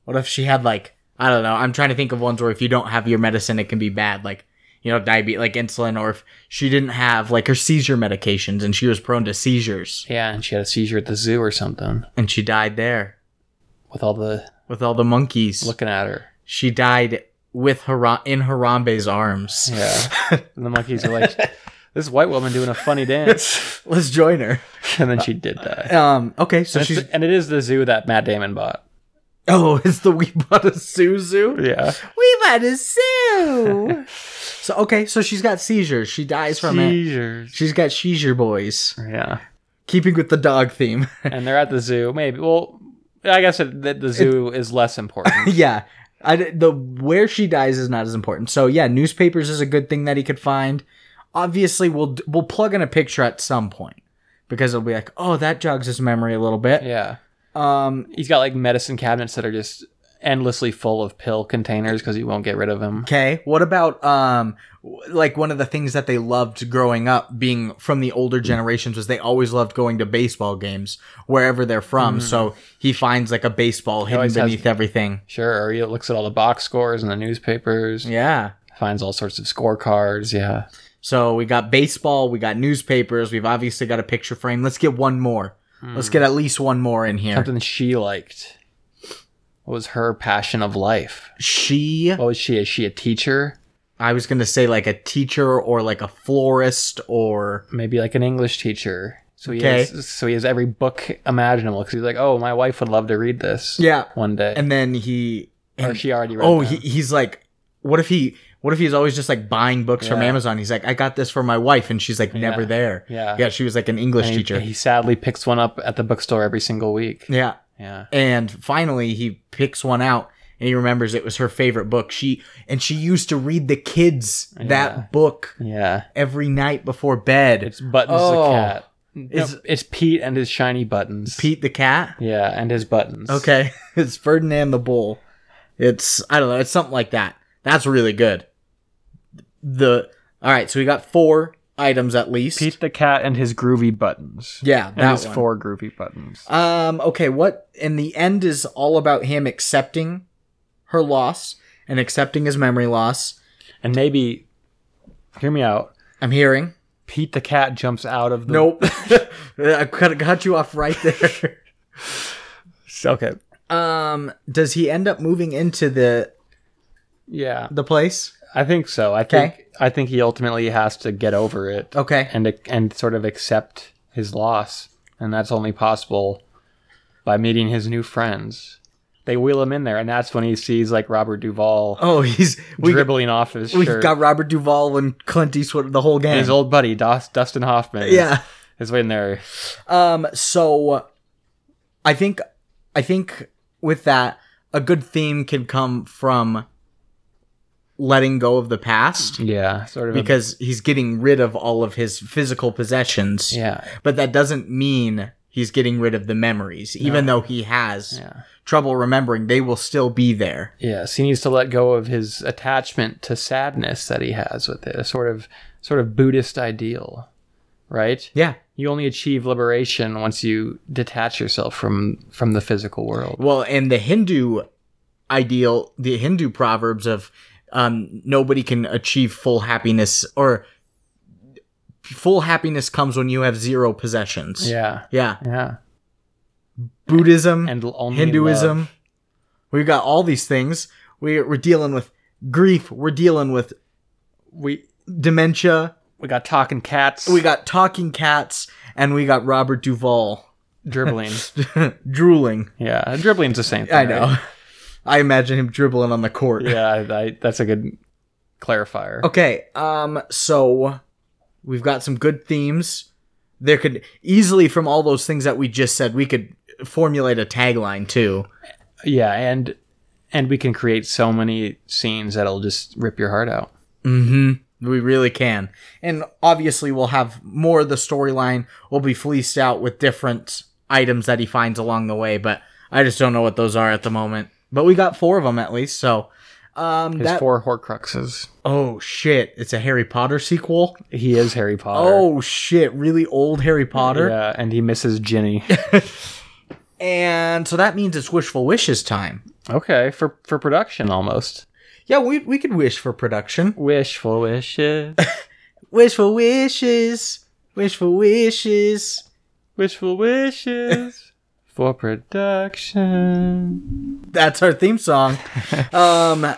[SPEAKER 1] what if she had like, I don't know. I'm trying to think of ones where if you don't have your medicine, it can be bad. Like, you know, diabetes, like insulin, or if she didn't have like her seizure medications and she was prone to seizures
[SPEAKER 2] Yeah, and she had a seizure at the zoo or something
[SPEAKER 1] and she died there
[SPEAKER 2] with all the
[SPEAKER 1] with all the monkeys.
[SPEAKER 2] looking at her.
[SPEAKER 1] She died with Haram in Harambe's arms.
[SPEAKER 2] Yeah. and the monkeys are like, this white woman doing a funny dance.
[SPEAKER 1] Let's join her.
[SPEAKER 2] and then she did die.
[SPEAKER 1] Um, okay, so
[SPEAKER 2] And,
[SPEAKER 1] she's
[SPEAKER 2] it's- and it is the zoo that Matt Damon bought.
[SPEAKER 1] oh, it's the we bought a Suzu.
[SPEAKER 2] Yeah.
[SPEAKER 1] We bought a zoo. so okay, so she's got seizures. She dies from it.
[SPEAKER 2] Seizures.
[SPEAKER 1] She's got seizure boys.
[SPEAKER 2] Yeah.
[SPEAKER 1] Keeping with the dog theme.
[SPEAKER 2] And they're at the zoo. Maybe. Well, I guess it, that the zoo is less important.
[SPEAKER 1] yeah. I d the where she dies is not as important. So yeah, newspapers is a good thing that he could find. Obviously, we'll d- we'll plug in a picture at some point because it'll be like, oh, that jogs his memory a little bit.
[SPEAKER 2] yeah.
[SPEAKER 1] Um,
[SPEAKER 2] He's got like medicine cabinets that are just endlessly full of pill containers because he won't get rid of them.
[SPEAKER 1] Okay. What about um w- like one of the things that they loved growing up being from the older generations was they always loved going to baseball games wherever they're from. So he finds like a baseball hidden
[SPEAKER 2] Mm. always has-
[SPEAKER 1] beneath everything.
[SPEAKER 2] Sure, or he looks at all the box scores and the newspapers,
[SPEAKER 1] Yeah.
[SPEAKER 2] finds all sorts of scorecards. Yeah,
[SPEAKER 1] So we got baseball, we got newspapers, we've obviously got a picture frame. Let's get one more. Let's get at least one more in here.
[SPEAKER 2] Mm. something she liked. What was her passion of life?
[SPEAKER 1] She
[SPEAKER 2] What was she? Is she a teacher?
[SPEAKER 1] I was gonna say like a teacher or like a florist or
[SPEAKER 2] Maybe like an English teacher. So he
[SPEAKER 1] Okay.
[SPEAKER 2] has, so he has every book imaginable because he's like, oh, my wife would love to read this.
[SPEAKER 1] Yeah.
[SPEAKER 2] one day.
[SPEAKER 1] and then he
[SPEAKER 2] or
[SPEAKER 1] and-
[SPEAKER 2] she already read.
[SPEAKER 1] Oh,
[SPEAKER 2] them.
[SPEAKER 1] he, he's like, what if he? What if he's always just like buying books from
[SPEAKER 2] Yeah.
[SPEAKER 1] Amazon? He's like, I got this for my wife, and she's like, never
[SPEAKER 2] Yeah.
[SPEAKER 1] there.
[SPEAKER 2] Yeah.
[SPEAKER 1] yeah. She was like an English
[SPEAKER 2] And he-
[SPEAKER 1] teacher.
[SPEAKER 2] He, sadly picks one up at the bookstore every single week.
[SPEAKER 1] yeah,
[SPEAKER 2] Yeah.
[SPEAKER 1] and finally he picks one out, and he remembers it was her favorite book. She and she used to read the kids
[SPEAKER 2] Yeah.
[SPEAKER 1] that book
[SPEAKER 2] Yeah.
[SPEAKER 1] every night before bed.
[SPEAKER 2] It's Buttons
[SPEAKER 1] Oh.
[SPEAKER 2] the cat. No,
[SPEAKER 1] Is-
[SPEAKER 2] it's Pete and his shiny buttons.
[SPEAKER 1] Pete the cat.
[SPEAKER 2] Yeah, and his buttons.
[SPEAKER 1] Okay, it's Ferdinand the bull. It's I don't know. It's something like that. That's really good. The all right, so we got four items at least.
[SPEAKER 2] Pete the cat and his groovy buttons.
[SPEAKER 1] Yeah,
[SPEAKER 2] and
[SPEAKER 1] that
[SPEAKER 2] his
[SPEAKER 1] one.
[SPEAKER 2] four groovy buttons.
[SPEAKER 1] Um, okay, what in the end is all about him accepting her loss and accepting his memory loss.
[SPEAKER 2] And maybe, hear me out.
[SPEAKER 1] I'm hearing.
[SPEAKER 2] Pete the cat jumps out of the.
[SPEAKER 1] Nope. I cut, cut you off right there.
[SPEAKER 2] Okay.
[SPEAKER 1] um, does he end up moving into the
[SPEAKER 2] Yeah,
[SPEAKER 1] the place?
[SPEAKER 2] I think so. I think I think he ultimately has to get over it
[SPEAKER 1] Okay.
[SPEAKER 2] and and sort of accept his loss, and that's only possible by meeting his new friends. They wheel him in there, and that's when he sees like Robert Duvall
[SPEAKER 1] Oh, he's we
[SPEAKER 2] dribbling off his
[SPEAKER 1] we've
[SPEAKER 2] shirt.
[SPEAKER 1] got Robert Duvall and Clint Eastwood the whole
[SPEAKER 2] And
[SPEAKER 1] game.
[SPEAKER 2] his old buddy Dos, Dustin Hoffman. is-
[SPEAKER 1] yeah.
[SPEAKER 2] is in there.
[SPEAKER 1] Um, so I think I think with that, a good theme can come from letting go of the past
[SPEAKER 2] Yeah, sort of a-
[SPEAKER 1] because he's getting rid of all of his physical possessions.
[SPEAKER 2] yeah,
[SPEAKER 1] But that doesn't mean he's getting rid of the memories. Even though he has
[SPEAKER 2] yeah,
[SPEAKER 1] trouble remembering, they will still be there.
[SPEAKER 2] yes. He needs to let go of his attachment to sadness that he has with it, a sort of sort of Buddhist ideal, right?
[SPEAKER 1] Yeah.
[SPEAKER 2] You only achieve liberation once you detach yourself from from the physical world.
[SPEAKER 1] Well, and the Hindu ideal, the Hindu proverbs of um, nobody can achieve full happiness or full happiness comes when you have zero possessions.
[SPEAKER 2] Yeah,
[SPEAKER 1] Yeah.
[SPEAKER 2] yeah.
[SPEAKER 1] Buddhism,
[SPEAKER 2] And l- only
[SPEAKER 1] Hinduism.
[SPEAKER 2] love.
[SPEAKER 1] We've got all these things. We're, we're dealing with grief. We're dealing with
[SPEAKER 2] We
[SPEAKER 1] dementia.
[SPEAKER 2] we got talking cats.
[SPEAKER 1] We got talking cats and we got Robert Duvall
[SPEAKER 2] dribbling.
[SPEAKER 1] drooling.
[SPEAKER 2] yeah, dribbling's the same. Thing,
[SPEAKER 1] I know.
[SPEAKER 2] right?
[SPEAKER 1] I imagine him dribbling on the court.
[SPEAKER 2] Yeah, I, I, that's a good clarifier.
[SPEAKER 1] Okay, um, so we've got some good themes. There could easily, from all those things that we just said, we could formulate a tagline too.
[SPEAKER 2] Yeah, and and we can create so many scenes that'll just rip your heart out.
[SPEAKER 1] Mm-hmm, We really can. And obviously, we'll have more of the storyline will be fleeced out with different items that he finds along the way, but I just don't know what those are at the moment. But we got four of them at least, so. Um,
[SPEAKER 2] His
[SPEAKER 1] that,
[SPEAKER 2] four Horcruxes.
[SPEAKER 1] oh shit, it's a Harry Potter sequel?
[SPEAKER 2] He is Harry Potter.
[SPEAKER 1] Oh shit, really old Harry Potter?
[SPEAKER 2] yeah, and he misses Ginny.
[SPEAKER 1] And so that means it's wishful wishes time.
[SPEAKER 2] okay, for for production almost.
[SPEAKER 1] Yeah, we we could wish for production.
[SPEAKER 2] Wishful wishes.
[SPEAKER 1] Wishful wishes. Wishful wishes.
[SPEAKER 2] Wishful wishes for production.
[SPEAKER 1] That's our theme song. um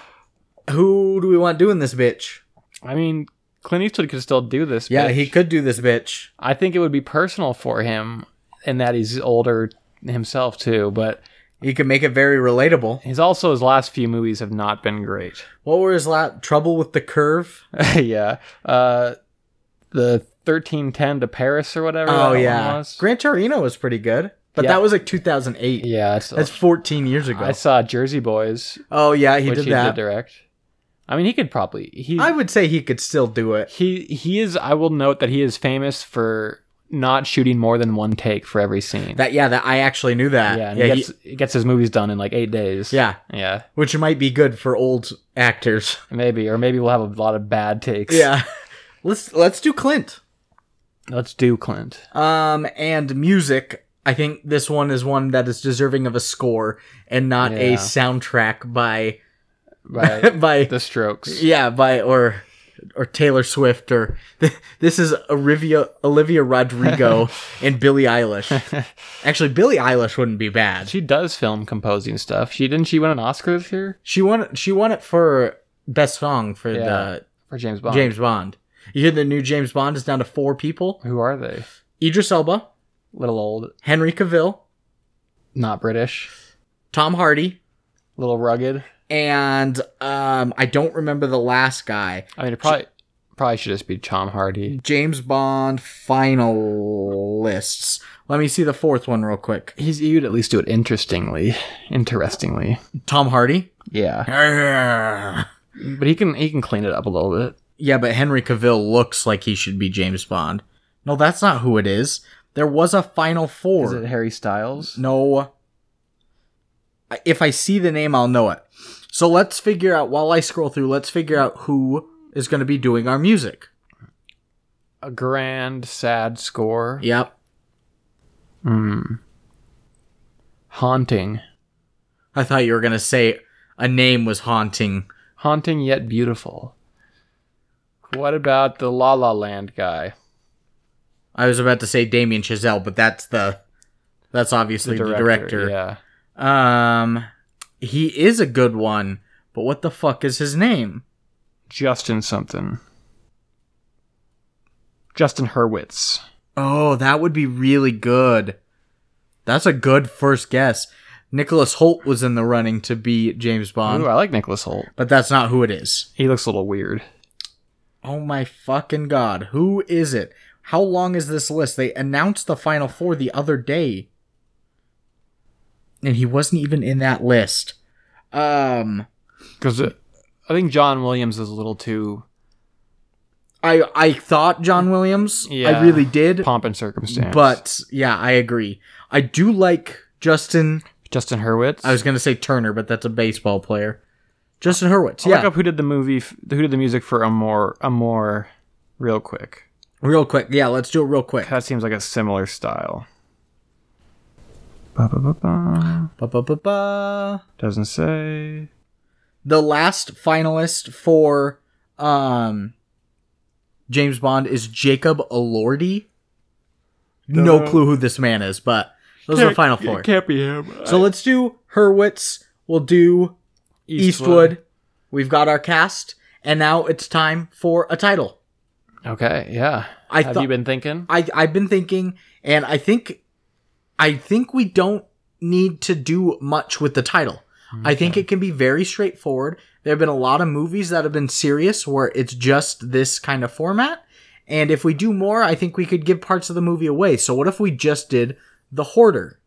[SPEAKER 1] who do we want doing this bitch?
[SPEAKER 2] I mean, Clint Eastwood could still do this.
[SPEAKER 1] Yeah,
[SPEAKER 2] bitch.
[SPEAKER 1] he could do this bitch.
[SPEAKER 2] I think it would be personal for him, in that he's older himself too. But
[SPEAKER 1] He could make it very relatable.
[SPEAKER 2] he's also his last few movies have not been great.
[SPEAKER 1] What were his last trouble with the curve?
[SPEAKER 2] yeah. Uh, the thirteen ten to Paris or whatever. that
[SPEAKER 1] Oh
[SPEAKER 2] one
[SPEAKER 1] yeah.
[SPEAKER 2] was.
[SPEAKER 1] Gran Torino was pretty good. But
[SPEAKER 2] Yeah.
[SPEAKER 1] that was like 2008.
[SPEAKER 2] Yeah, it's,
[SPEAKER 1] That's 14 years ago.
[SPEAKER 2] I saw Jersey Boys,
[SPEAKER 1] oh yeah, he
[SPEAKER 2] which
[SPEAKER 1] did
[SPEAKER 2] he
[SPEAKER 1] that.
[SPEAKER 2] did direct. I mean, he could probably he
[SPEAKER 1] I would say he could still do it.
[SPEAKER 2] he he is. I will note that he is famous for not shooting more than one take for every scene.
[SPEAKER 1] That yeah, that I actually knew that.
[SPEAKER 2] yeah, and
[SPEAKER 1] yeah,
[SPEAKER 2] he gets, he gets his movies done in like eight days.
[SPEAKER 1] he- yeah,
[SPEAKER 2] yeah,
[SPEAKER 1] which might be good for old actors.
[SPEAKER 2] maybe or maybe we'll have a lot of bad takes.
[SPEAKER 1] Yeah, let's let's do Clint.
[SPEAKER 2] let's do Clint.
[SPEAKER 1] Um, and music. I think this one is one that is deserving of a score and not a
[SPEAKER 2] Yeah.
[SPEAKER 1] soundtrack by
[SPEAKER 2] Right,
[SPEAKER 1] by
[SPEAKER 2] the Strokes.
[SPEAKER 1] yeah by or or Taylor Swift or this is Olivia Olivia Rodrigo and Billie Eilish. Actually, Billie Eilish wouldn't be bad. She,
[SPEAKER 2] She does film composing stuff. She didn't she win an Oscar this year
[SPEAKER 1] she won she won it for best song for
[SPEAKER 2] Yeah.
[SPEAKER 1] the
[SPEAKER 2] for James Bond.
[SPEAKER 1] James Bond. You hear the new James Bond is down to four people:
[SPEAKER 2] who are they?
[SPEAKER 1] Idris Elba,
[SPEAKER 2] Little old,
[SPEAKER 1] Henry Cavill,
[SPEAKER 2] not British,
[SPEAKER 1] Tom Hardy,
[SPEAKER 2] little rugged.
[SPEAKER 1] and um, I don't remember the last guy.
[SPEAKER 2] I mean, it probably probably should just be Tom Hardy.
[SPEAKER 1] James Bond finalists. Let me see the fourth one real quick.
[SPEAKER 2] He's you'd at least do it interestingly, interestingly.
[SPEAKER 1] Tom Hardy.
[SPEAKER 2] Yeah,
[SPEAKER 1] Yeah,
[SPEAKER 2] but he can he can clean it up a little bit.
[SPEAKER 1] but Henry Cavill looks like he should be James Bond. No, that's not who it is. There was a final
[SPEAKER 2] Is
[SPEAKER 1] four.
[SPEAKER 2] it Harry Styles?
[SPEAKER 1] No. I- If I see the name, I'll know it. So let's figure out while I scroll through. Let's figure out who is going to be doing our music.
[SPEAKER 2] A grand sad score.
[SPEAKER 1] Yep.
[SPEAKER 2] Hmm. Haunting.
[SPEAKER 1] I thought you were gonna say a name was haunting.
[SPEAKER 2] Haunting yet beautiful. What about the La La Land guy?
[SPEAKER 1] I was about to say Damien Chazelle, but that's the that's obviously the director.
[SPEAKER 2] Yeah.
[SPEAKER 1] Um he is a good one, but what the fuck is his name?
[SPEAKER 2] Justin something. Justin Hurwitz.
[SPEAKER 1] Oh, that would be really good. That's a good first guess. Nicholas Holt was in the running to be James Bond,
[SPEAKER 2] Ooh, I like Nicholas Holt.
[SPEAKER 1] but that's not who it is.
[SPEAKER 2] He looks a little weird.
[SPEAKER 1] Oh my fucking god, who is it? How long is this list? They announced the final four the other day. And he wasn't even in that list. Um
[SPEAKER 2] Because uh, I think John Williams is a little too
[SPEAKER 1] I I thought John Williams. I
[SPEAKER 2] Yeah.
[SPEAKER 1] really did.
[SPEAKER 2] pomp and circumstance.
[SPEAKER 1] But yeah, I agree. I do like Justin.
[SPEAKER 2] Justin Hurwitz.
[SPEAKER 1] I was gonna say Turner, but that's a baseball player. Justin Hurwitz.
[SPEAKER 2] I'll
[SPEAKER 1] Yeah,
[SPEAKER 2] look up who did the movie, f- who did the music for Amor, Amor, real quick.
[SPEAKER 1] real quick. Yeah, let's do it real quick.
[SPEAKER 2] That seems like a similar style. Ba-ba-ba-ba.
[SPEAKER 1] Ba-ba-ba-ba.
[SPEAKER 2] Doesn't say.
[SPEAKER 1] The last finalist for um James Bond is Jacob Elordi. No
[SPEAKER 2] Dunno.
[SPEAKER 1] clue who this man is, but those are the final four.
[SPEAKER 2] can't be him.
[SPEAKER 1] So let's do Hurwitz. We'll do Eastwood. We've got our cast, and now it's time for a title.
[SPEAKER 2] Okay, yeah.
[SPEAKER 1] I
[SPEAKER 2] Have
[SPEAKER 1] thought
[SPEAKER 2] you been thinking?
[SPEAKER 1] I I've been thinking, and I think I think we don't need to do much with the title. I think it can be very straightforward. There have been a lot of movies that have been serious where it's just this kind of format. And if we do more, I think we could give parts of the movie away. So what if we just did The Hoarder?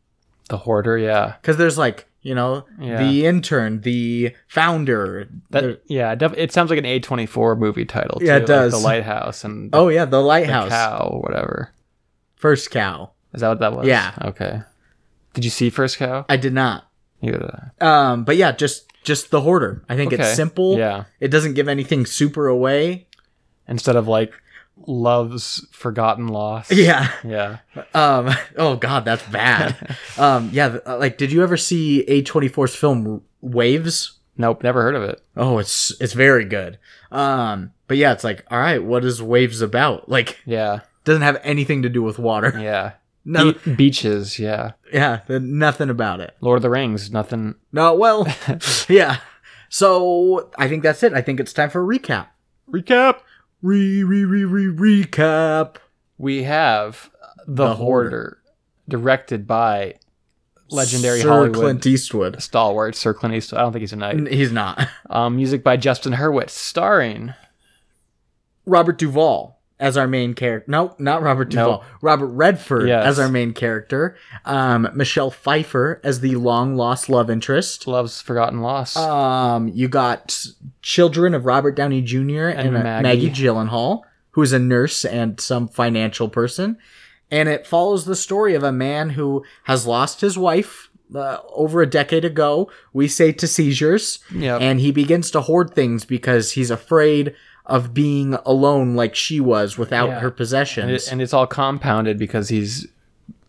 [SPEAKER 2] The Hoarder, yeah.
[SPEAKER 1] Because there's like, you know,
[SPEAKER 2] Yeah.
[SPEAKER 1] the intern, the founder.
[SPEAKER 2] That
[SPEAKER 1] there-
[SPEAKER 2] yeah, def- it sounds like an A24 movie title.
[SPEAKER 1] Yeah, it
[SPEAKER 2] too, like
[SPEAKER 1] does.
[SPEAKER 2] the Lighthouse and the
[SPEAKER 1] oh yeah, the lighthouse.
[SPEAKER 2] Cow or whatever.
[SPEAKER 1] First cow.
[SPEAKER 2] Is that what that was?
[SPEAKER 1] Yeah.
[SPEAKER 2] Okay. Did you see First Cow?
[SPEAKER 1] I did not.
[SPEAKER 2] Neither did I.
[SPEAKER 1] Um, but yeah, just just the hoarder. I think
[SPEAKER 2] Okay.
[SPEAKER 1] it's simple.
[SPEAKER 2] Yeah.
[SPEAKER 1] It doesn't give anything super away.
[SPEAKER 2] Instead of like Love's Forgotten Loss.
[SPEAKER 1] Yeah.
[SPEAKER 2] Yeah.
[SPEAKER 1] Um. Oh God, that's bad. um. Yeah. th- uh, Like, did you ever see A24's film Waves?
[SPEAKER 2] Nope, never heard of it.
[SPEAKER 1] Oh, it's it's very good. Um. But yeah, it's like, all right, what is Waves about? Like,
[SPEAKER 2] Yeah.
[SPEAKER 1] doesn't have anything to do with water.
[SPEAKER 2] Yeah.
[SPEAKER 1] No.
[SPEAKER 2] Be- beaches, yeah.
[SPEAKER 1] yeah. th- Nothing about it.
[SPEAKER 2] Lord of the Rings, nothing.
[SPEAKER 1] No. Well. yeah. So I think that's it. I think it's time for a recap.
[SPEAKER 2] Recap.
[SPEAKER 1] Re re re re recap.
[SPEAKER 2] We have uh, The,
[SPEAKER 1] The Hoarder.
[SPEAKER 2] Hoarder, directed by legendary
[SPEAKER 1] Sir
[SPEAKER 2] Hollywood
[SPEAKER 1] Clint Eastwood.
[SPEAKER 2] stalwart Sir Clint Eastwood. I don't think he's a
[SPEAKER 1] N-
[SPEAKER 2] knight.
[SPEAKER 1] He's not.
[SPEAKER 2] Um, music by Justin Hurwitz, starring
[SPEAKER 1] Robert Duvall as our main character. No, not Robert Duvall.
[SPEAKER 2] No.
[SPEAKER 1] Robert Redford
[SPEAKER 2] Yes.
[SPEAKER 1] as our main character. Um, Michelle Pfeiffer as the long lost love interest.
[SPEAKER 2] Love's Forgotten Loss.
[SPEAKER 1] Um, you got children of Robert Downey Jr. and,
[SPEAKER 2] And
[SPEAKER 1] uh, Maggie.
[SPEAKER 2] Maggie.
[SPEAKER 1] Gyllenhaal, who is a nurse and some financial person. and it follows the story of a man who has lost his wife uh, over a decade ago. We say to seizures,
[SPEAKER 2] Yep.
[SPEAKER 1] and he begins to hoard things because he's afraid of being alone, like she was without
[SPEAKER 2] Yeah.
[SPEAKER 1] her
[SPEAKER 2] And,
[SPEAKER 1] possessions.
[SPEAKER 2] it, and it's all compounded because he's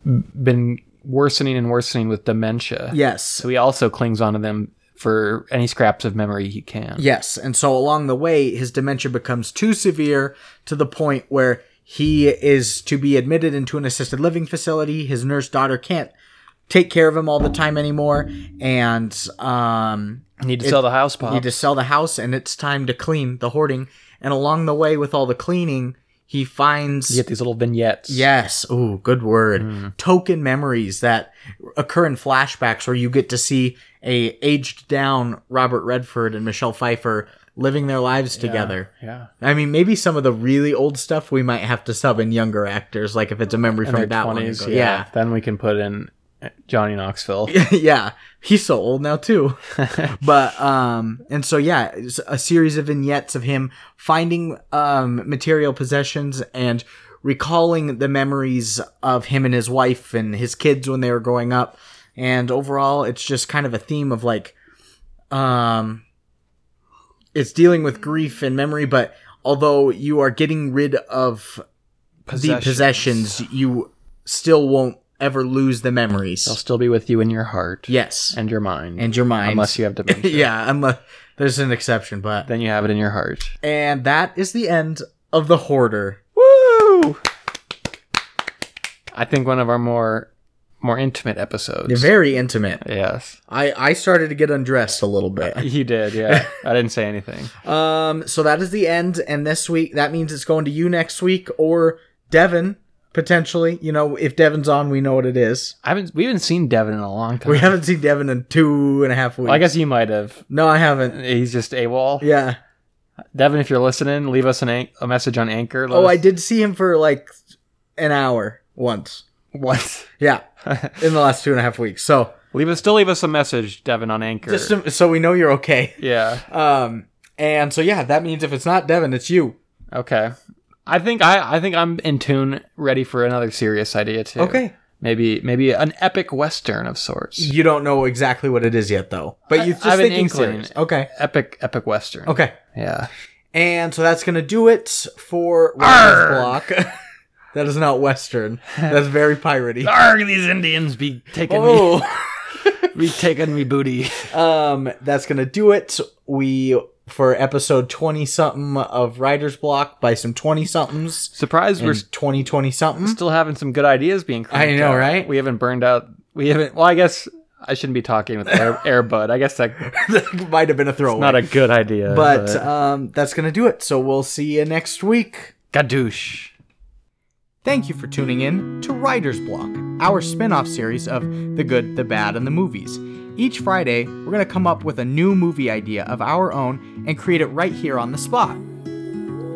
[SPEAKER 2] been worsening and worsening with dementia.
[SPEAKER 1] yes,
[SPEAKER 2] So he also clings onto them for any scraps of memory he can.
[SPEAKER 1] Yes, and so along the way, his dementia becomes too severe to the point where he is to be admitted into an assisted living facility. His nurse daughter can't take care of him all the time anymore, and um,
[SPEAKER 2] Need to sell the house, Pop.
[SPEAKER 1] need to sell the house. And it's time to clean the hoarding. And along the way, with all the cleaning, he finds
[SPEAKER 2] You get these little vignettes.
[SPEAKER 1] Yes. Ooh, good word.
[SPEAKER 2] Hmm.
[SPEAKER 1] Token memories that occur in flashbacks where you get to see a aged down Robert Redford and Michelle Pfeiffer living their lives together.
[SPEAKER 2] Yeah.
[SPEAKER 1] I mean, maybe some of the really old stuff we might have to sub in younger actors, like if it's a memory
[SPEAKER 2] In
[SPEAKER 1] from
[SPEAKER 2] their
[SPEAKER 1] that one.
[SPEAKER 2] 20s.
[SPEAKER 1] Yeah.
[SPEAKER 2] Then we can put in uh, Johnny Knoxville.
[SPEAKER 1] yeah. He's so old now too. but um and so yeah, it's a series of vignettes of him finding um material possessions and recalling the memories of him and his wife and his kids when they were growing up. And overall, it's just kind of a theme of like um it's dealing with grief and memory, but although you are getting rid of the possessions, you still won't ever lose the memories.
[SPEAKER 2] They'll still be with you in your heart.
[SPEAKER 1] Yes.
[SPEAKER 2] And your mind.
[SPEAKER 1] and your mind.
[SPEAKER 2] Unless you have dementia.
[SPEAKER 1] yeah, unless there's an exception, but
[SPEAKER 2] Then you have it in your heart.
[SPEAKER 1] and that is the end of the hoarder.
[SPEAKER 2] Woo! I think one of our more more intimate episodes.
[SPEAKER 1] They're very intimate.
[SPEAKER 2] yes.
[SPEAKER 1] I I started to get undressed a little bit.
[SPEAKER 2] You did, yeah. I didn't say anything.
[SPEAKER 1] Um, so that is the end, and this week that means it's going to you next week or Devin potentially. You know, if Devin's on, we know what it is.
[SPEAKER 2] I haven't we haven't seen Devin in a long time.
[SPEAKER 1] We haven't seen Devin in two and a half weeks.
[SPEAKER 2] Well, I guess you might have.
[SPEAKER 1] no, I haven't.
[SPEAKER 2] He's just AWOL.
[SPEAKER 1] Yeah.
[SPEAKER 2] Devin, if you're listening, leave us an an- a message on Anchor. Let
[SPEAKER 1] Oh,
[SPEAKER 2] us-
[SPEAKER 1] I did see him for like an hour once.
[SPEAKER 2] What?
[SPEAKER 1] Yeah, in the last two and a half weeks. So
[SPEAKER 2] leave us still leave us a message, Devin, on Anchor.
[SPEAKER 1] just so- so we know you're okay.
[SPEAKER 2] yeah.
[SPEAKER 1] Um, and so yeah, that means if it's not Devin, it's you.
[SPEAKER 2] Okay. I think I I think I'm in tune, ready for another serious idea too.
[SPEAKER 1] Okay.
[SPEAKER 2] Maybe maybe an epic western of sorts.
[SPEAKER 1] You don't know exactly what it is yet, though. But you
[SPEAKER 2] I
[SPEAKER 1] just
[SPEAKER 2] have an
[SPEAKER 1] thinking
[SPEAKER 2] inkling.
[SPEAKER 1] serious. Okay.
[SPEAKER 2] Epic epic western.
[SPEAKER 1] Okay.
[SPEAKER 2] Yeah.
[SPEAKER 1] And so that's gonna do it for Writer's Block. that is not Western. That's very piratey.
[SPEAKER 2] Arg, these Indians be taking
[SPEAKER 1] Oh.
[SPEAKER 2] me, be taking me booty.
[SPEAKER 1] um, that's gonna do it. We for episode twenty something of Writer's Block by some twenty somethings.
[SPEAKER 2] Surprised we're
[SPEAKER 1] We're twenty twenty something.
[SPEAKER 2] still having some good ideas being. cranked
[SPEAKER 1] I know,
[SPEAKER 2] out.
[SPEAKER 1] right?
[SPEAKER 2] We haven't burned out. We haven't. Well, I guess I shouldn't be talking with Air, Airbud. I guess that's
[SPEAKER 1] that might have been a throwaway.
[SPEAKER 2] not a good idea.
[SPEAKER 1] but
[SPEAKER 2] uh,
[SPEAKER 1] um, that's gonna do it. So we'll see you next week.
[SPEAKER 2] gadoosh.
[SPEAKER 1] Thank you for tuning in to Writer's Block, our spin off series of The Good, the Bad, and the Movies. Each Friday, we're going to come up with a new movie idea of our own and create it right here on the spot.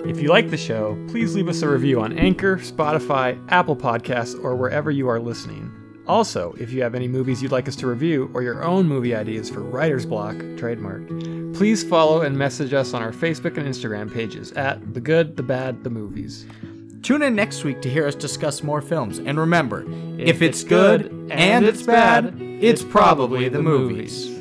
[SPEAKER 2] If you like the show, please leave us a review on Anchor, Spotify, Apple Podcasts, or wherever you are listening. Also, if you have any movies you'd like us to review or your own movie ideas for Writer's Block, trademark, please follow and message us on our Facebook and Instagram pages at The Good, The Bad, The Movies.
[SPEAKER 1] Tune in next week to hear us discuss more films. And remember, if,
[SPEAKER 2] If
[SPEAKER 1] it's
[SPEAKER 2] it's
[SPEAKER 1] good
[SPEAKER 2] good
[SPEAKER 1] and it's bad, it's probably the movies.